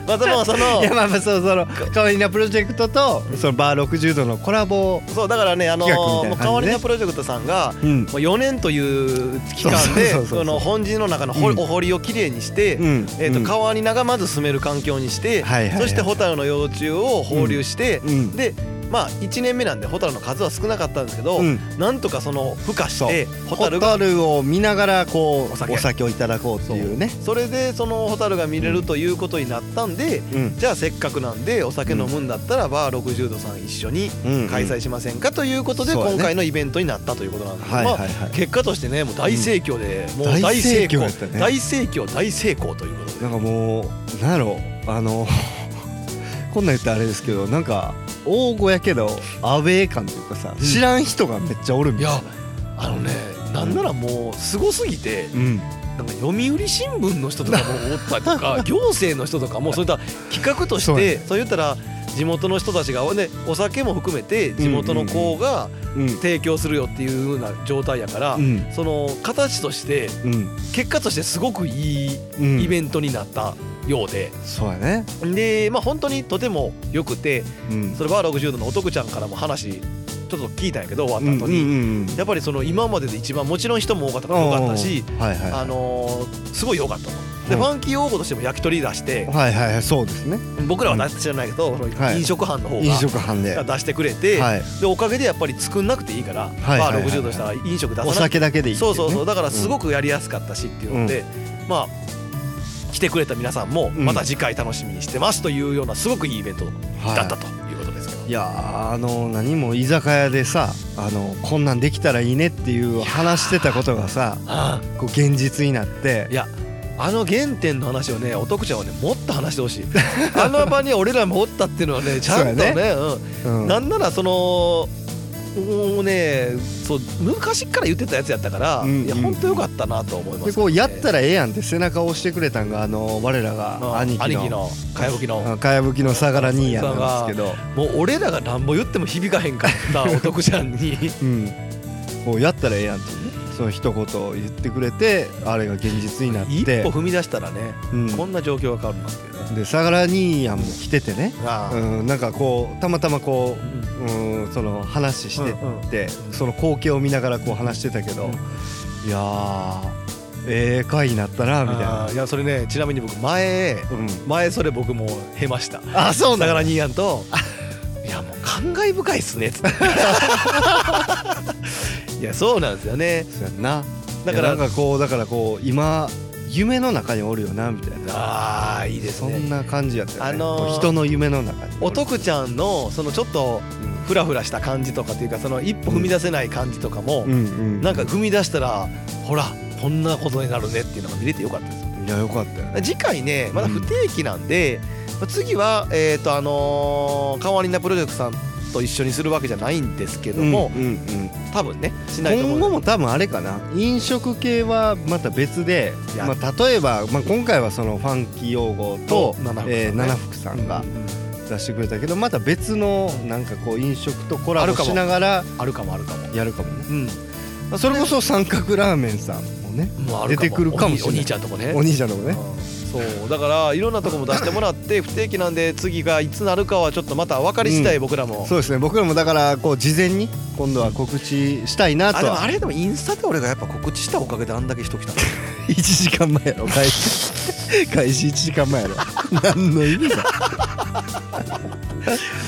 A: まあでもその
E: いやまあまあそうその代わりなプロジェクトとそのバー60度のコラボ
A: そうだからねあの
E: 企画みたい
A: も
E: な
A: う
E: 感じね
A: 変わりなプロジェクトさんが
E: うん
A: もう4年という期間で
E: そうそうそうそう
A: その本陣の中のほ
E: うん
A: お堀をきれいにして、
E: うん
A: えー、と
E: うん
A: 川に名がまず住める環境にして、
E: はいはいはい
A: そしてホタルの幼虫を放流して、
E: うん
A: でまあ1年目なんでホタルの数は少なかったんですけど、
E: うん
A: なんとかその孵化してホ
E: ホ
A: タルが
E: タルを見ながらこう
A: お
E: お
A: 酒
E: 酒をいただこうっていうね
A: それでそのホタルが見れるということになったんで、
E: うん
A: じゃあせっかくなんでお酒飲むんだったらバー60度さん一緒に
E: うん
A: 開催しませんかということで
E: そうだね
A: 今回のイベントになったということなんですけど
E: はい
A: ま
E: は
A: あ
E: いはい
A: 結果としてねもう大盛況で、もう
E: 大
A: 大成
E: 盛況
A: 功
E: やったね
A: 大盛況大成功ということで
E: なんかもうなんやろうあの [laughs] こんなん言ったらあれですけどなんか大御やけどアウェー感というかさ
A: ん
E: 知らん人がめっちゃおるみ
A: い
E: たい
A: やあのねなんならもうすごすぎて
E: うん
A: なんか読売新聞の人とかもおったりと
E: [laughs]
A: か行政の人とかもそういった企画とし
E: そう
A: て
E: ね
A: そういったら地元の人たちがねお酒も含めて地元の子が
E: うん
A: 提供するよっていうような状態やから、
E: うん
A: その形として
E: うん
A: 結果としてすごくいい
E: うん
A: イベントになったようで、
E: そうやね
A: でまあ本当にとても良くて
E: うん
A: それバー60度のおとくちゃんからも話ちょっと聞いたんやけど終わった
E: うん
A: 後
E: うん
A: に、
E: うん
A: やっぱりその今までで一番もちろん人も多かったから良かったし、
E: おーはいはい
A: あのーすごい良かったと。で、
E: うん
A: ファンキー用語としても焼き鳥出して
E: はいはいはいそうですね
A: 僕らは出して知らないけど、その
E: はい
A: 飲食班の方
E: 飲
A: が
E: 食班で
A: 出してくれて、
E: はい
A: でおかげでやっぱり作んなくていいから、
E: はいはいはい
A: バー60度したら飲食出さな
E: お
A: くて
E: 酒だけでいいってい
A: そう
E: ね
A: そうそうだからすごくやりやすかったしっていうので、まあ来てくれた皆さんも
E: ん
A: また次回楽しみにしてますというようなすごくいいイベント
E: はい
A: だったということですけど、
E: いやーあの何も居酒屋でさあのこんなんできたらいいねっていう話してたことがさ
A: あ
E: こう現実になっ
A: あい
E: て
A: やあの原点の話をねお徳ちゃんはねもっと話してほ
E: [laughs]
A: しいあの場に俺らもおったっていうのはねちゃんとね
E: そうやう
A: うん
E: ん
A: なんならそのもうねそう昔から言ってたやつやったから、
E: うん
A: いや
E: うん
A: 本当よかったなと思います、
E: でこうやったらええやんって背中を押してくれたんがあの我らが兄
A: 兄
E: 貴の
A: 貴のかやぶきの
E: あかやぶきの相良兄やなんですけど、
A: もう俺らがなんぼ言っても響かへんかった男ちゃん
E: [laughs]
A: に
E: うん、こうやったらええやんっていうねその一言を言ってくれてあれが現実になっ
A: 一
E: て
A: 歩踏み出したらね、
E: うん
A: こんな状況が変わるなんてね。
E: で相良兄やんも来ててね、
A: あ
E: うん、なんかこうたまたまこう
A: うん
E: うん、その話してって、その光景を見ながらこう話してたけど、
A: うん
E: いやーええ回になったなみたい
A: あ
E: な
A: ーいやそれねちなみに僕前前それ僕もへましただ
E: あそう
A: から兄やん
E: [laughs]
A: と「いやもう感慨深いっすね」つっていやそうなんですよね
E: そうやんな
A: だ
E: だ
A: か
E: かららなんかこうだからこう今夢の中におるよなみたいな
A: ああいいです
E: そ
A: ね
E: んな感じやったよね、
A: あのー
E: こう人の夢の中に
A: おとくちゃんのそのちょっとフラフラした感じとかっていうかその一歩踏み出せない感じとかも、
E: うんうん
A: なんか踏み出したらほらこんなことになるねっていうのが見れてよかったです
E: いやよかったよね
A: 次回ねまだ不定期なんで、まあ次はえっ、とあのー、カワリンナプロジェクトさんと一緒にするわけじゃないんですけども、
E: うんうんうん
A: 多分ねしないと思う
E: 今後も多分あれかな飲食系はまた別で
A: い、や
E: まあ、例えば、まあ、今回はそのファンキー用語と
A: と七福さんね
E: えー七福さんが
A: うんうん
E: 出してくれたけどまた別のなんかこう飲食とコラ
A: ある
E: ボ
A: かも
E: しながら
A: あるかもあるかも
E: やるかもね
A: うん
E: まあそれこそ三角ラーメンさんもね
A: もうあ
E: 出てくるかもしれな
A: お兄
E: い
A: お兄ちゃんとこね
E: お兄ちゃんのもね
A: うんそうだからいろんなとこも出してもらって [laughs] 不定期なんで次がいつなるかはちょっとまた分かり次第僕らも、
E: そうですね僕らもだからこう事前に今度は告知したいな
A: あ
E: と
A: でもあ
E: は
A: れでもインスタで俺がやっぱ告知したおかげであんだけ人来たの
E: 1
A: [laughs]
E: 時間前やろ開始開始1時間前やろ何の意味だ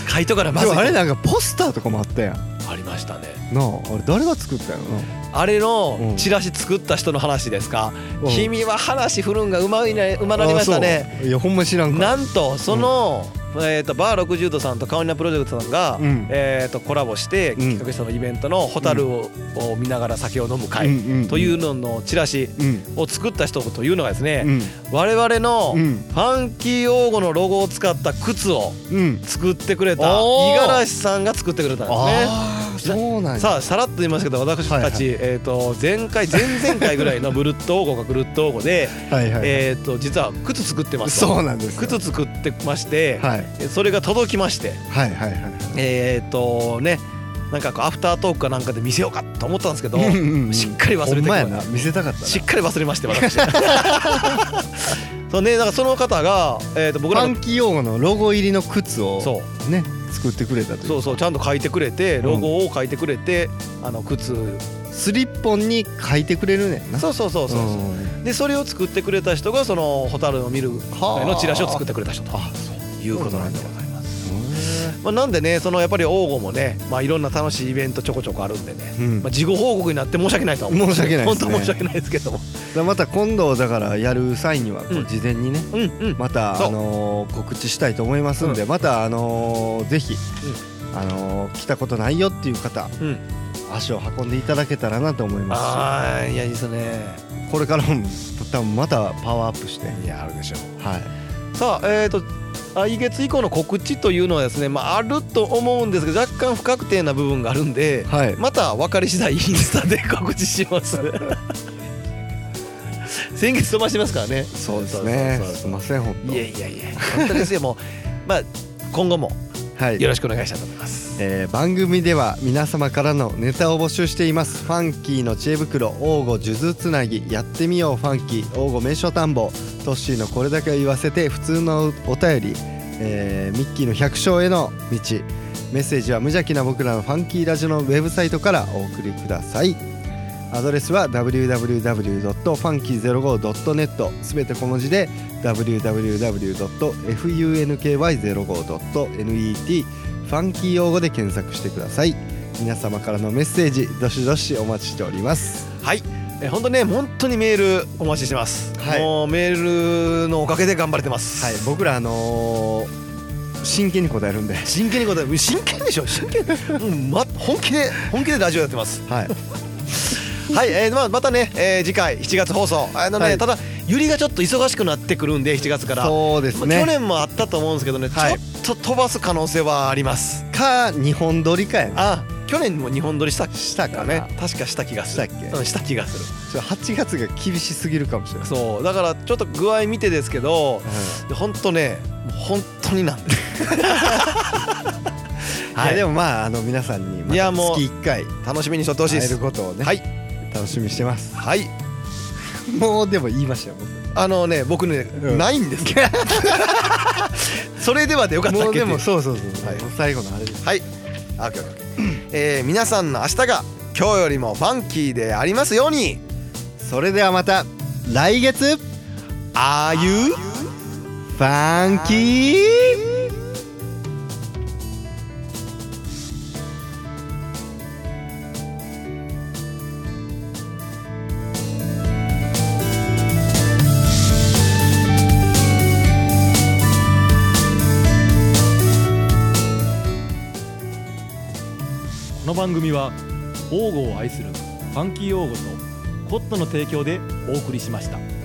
A: カイトからま
E: で
A: ずい
E: もあれなんかポスターとかもあったやん
A: ありましたね
E: なああれ誰が作ったんやろな
A: あれ
E: う
A: の
E: ん
A: チラシ作った人の話ですか、
E: うん
A: 君は話振るんがうまいねうまなりましたね
E: あそういやほんま知らんから
A: なんとその、えー、とバー60度さんとカオリナプロジェクトさんが、
E: うん
A: えー、とコラボして
E: ん
A: 企画したのイベントの「蛍を,、を見ながら酒を飲む会」
E: うんうん
A: というののチラシ
E: うん
A: を作った人というのがです
E: う
A: ね、
E: ん
A: 我々の
E: う
A: フ
E: ん
A: ァンキー用語のロゴを使った靴を
E: うん
A: 作ってくれた
E: お
A: 五
E: ー
A: 十嵐さんが作ってくれたんですね。
E: ああそうなんや
A: さあさらっと言いますけど私たち、
E: はいはい
A: えー、と前回前々回ぐらいのブルット王国がグルット王国で、
E: はいはい
A: えー、と実は靴作ってますと
E: そうなんですよ
A: 靴作ってまして、
E: はい
A: それが届きまして
E: はいはいはい
A: えっ、とねなんかこうアフタートークかなんかで見せようかと思ったんですけど
E: うんうんうん
A: しっかり忘れて
E: ほんまや
A: こ
E: な
A: れ
E: 見せたかったな
A: しっかり忘れまして私 [laughs] そうねだからその方が、えー、と僕ら
E: パ
A: の
E: ンキー用語のロゴ入りの靴を
A: そ
E: ね作ってくれたと
A: う
E: いう
A: そうそうちゃんと書いてくれてロゴを書いてくれて、あの靴
E: スリッポンに書いてくれるねんな
A: そうそうそうそうそう、でそれを作ってくれた人がその蛍を見る会のチラシを作ってくれた人ということなんでございます。まあ、なんでねそのやっぱり王吾もね、まあ、いろんな楽しいイベントちょこちょこあるんでね、
E: うん
A: まあ、事後報告になって申し訳ないとは思う
E: 申し訳ないですね
A: 本当申し訳ないですけども
E: うんまた今度だからやる際にはこ
A: うん
E: う事前にね
A: うんうん
E: また
A: そう
E: あのー告知したいと思いますんでまたあのーぜひあのー来たことないよっていう方
A: うん
E: 足を運んでいただけたらなと思いま
A: ああいやいいですね
E: すしこれからも多分またパワーアップして
A: いやあるでしょ
E: はい
A: さあえっ、と来月以降の告知というのはですね、まあ、あると思うんですけど若干不確定な部分があるんで
E: はい
A: また分かり次第インスタで [laughs] 告知します先月飛ばしてますからね
E: そうですね
A: そうそうそう
E: すいません本
A: いやいやいや本当ですよもうまあ今後も
E: 当はい
A: よろしくお願いしたいと思います
E: えー番組では皆様からのネタを募集していますファンキーの知恵袋王吾数珠つなぎやってみようファンキー王吾名所探訪トッシーのこれだけを言わせて普通のお便り、えーミッキーの百姓への道メッセージは無邪気な僕らのファンキーラジオのウェブサイトからお送りくださいアドレスは www.funky05.net すべて小文字で www.funky05.net ファンキー用語で検索してください皆様からのメッセージどしどしお待ちしております
A: はいえ本当ね本当にメールお待ちしてます、
E: はい
A: もうメールのおかげで頑張れてます
E: はい僕らあのー真剣に答えるんで
A: 真剣に答えもう真剣でしょ真剣 [laughs] うんま本気で本気でラジオやってます
E: [laughs] はい
A: はい、えーまあ、またね、えー次回7月放送あのね、
E: はい
A: ただゆりがちょっと忙しくなってくるんで7月から、
E: そうです
A: まあ去
E: ね
A: 年もあったと思うんですけどね、
E: はい
A: ちょっと飛ばす可能性はあります
E: か日本撮りかやね
A: あ去年も日本撮りした
E: した
A: だ
E: か
A: ね
E: ね
A: 確かした気がする
E: したっけ
A: うん、した気がする
E: ちょ8月が厳しすぎるかもしれない
A: そうだからちょっと具合見てですけど
E: う
A: 本当ねもう本当になんで
E: ん
A: [laughs] はい
E: や
A: い
E: でもまああの皆さんにま
A: いや
E: た
A: もう
E: 月1回
A: 楽しみにしとってほしい
E: 会
A: で
E: える
A: す
E: ことをね
A: はい
E: 楽しみにしてます
A: はい
E: もうでも言いましたよ僕
A: あのね僕ね、
E: うん
A: ないんですそれではでよかったっけ
E: も
A: っていう
E: うでもそうそうそう、
A: はい
E: もう最後のあれです
A: はい。あ、オッケーオッケーオッケー。えー皆さんの明日が今日よりもファンキーでありますように。
E: それではまた来月
A: ああいう。
E: ファンキー
F: この番組は王語を愛するファンキー王語とコットの提供でお送りしました。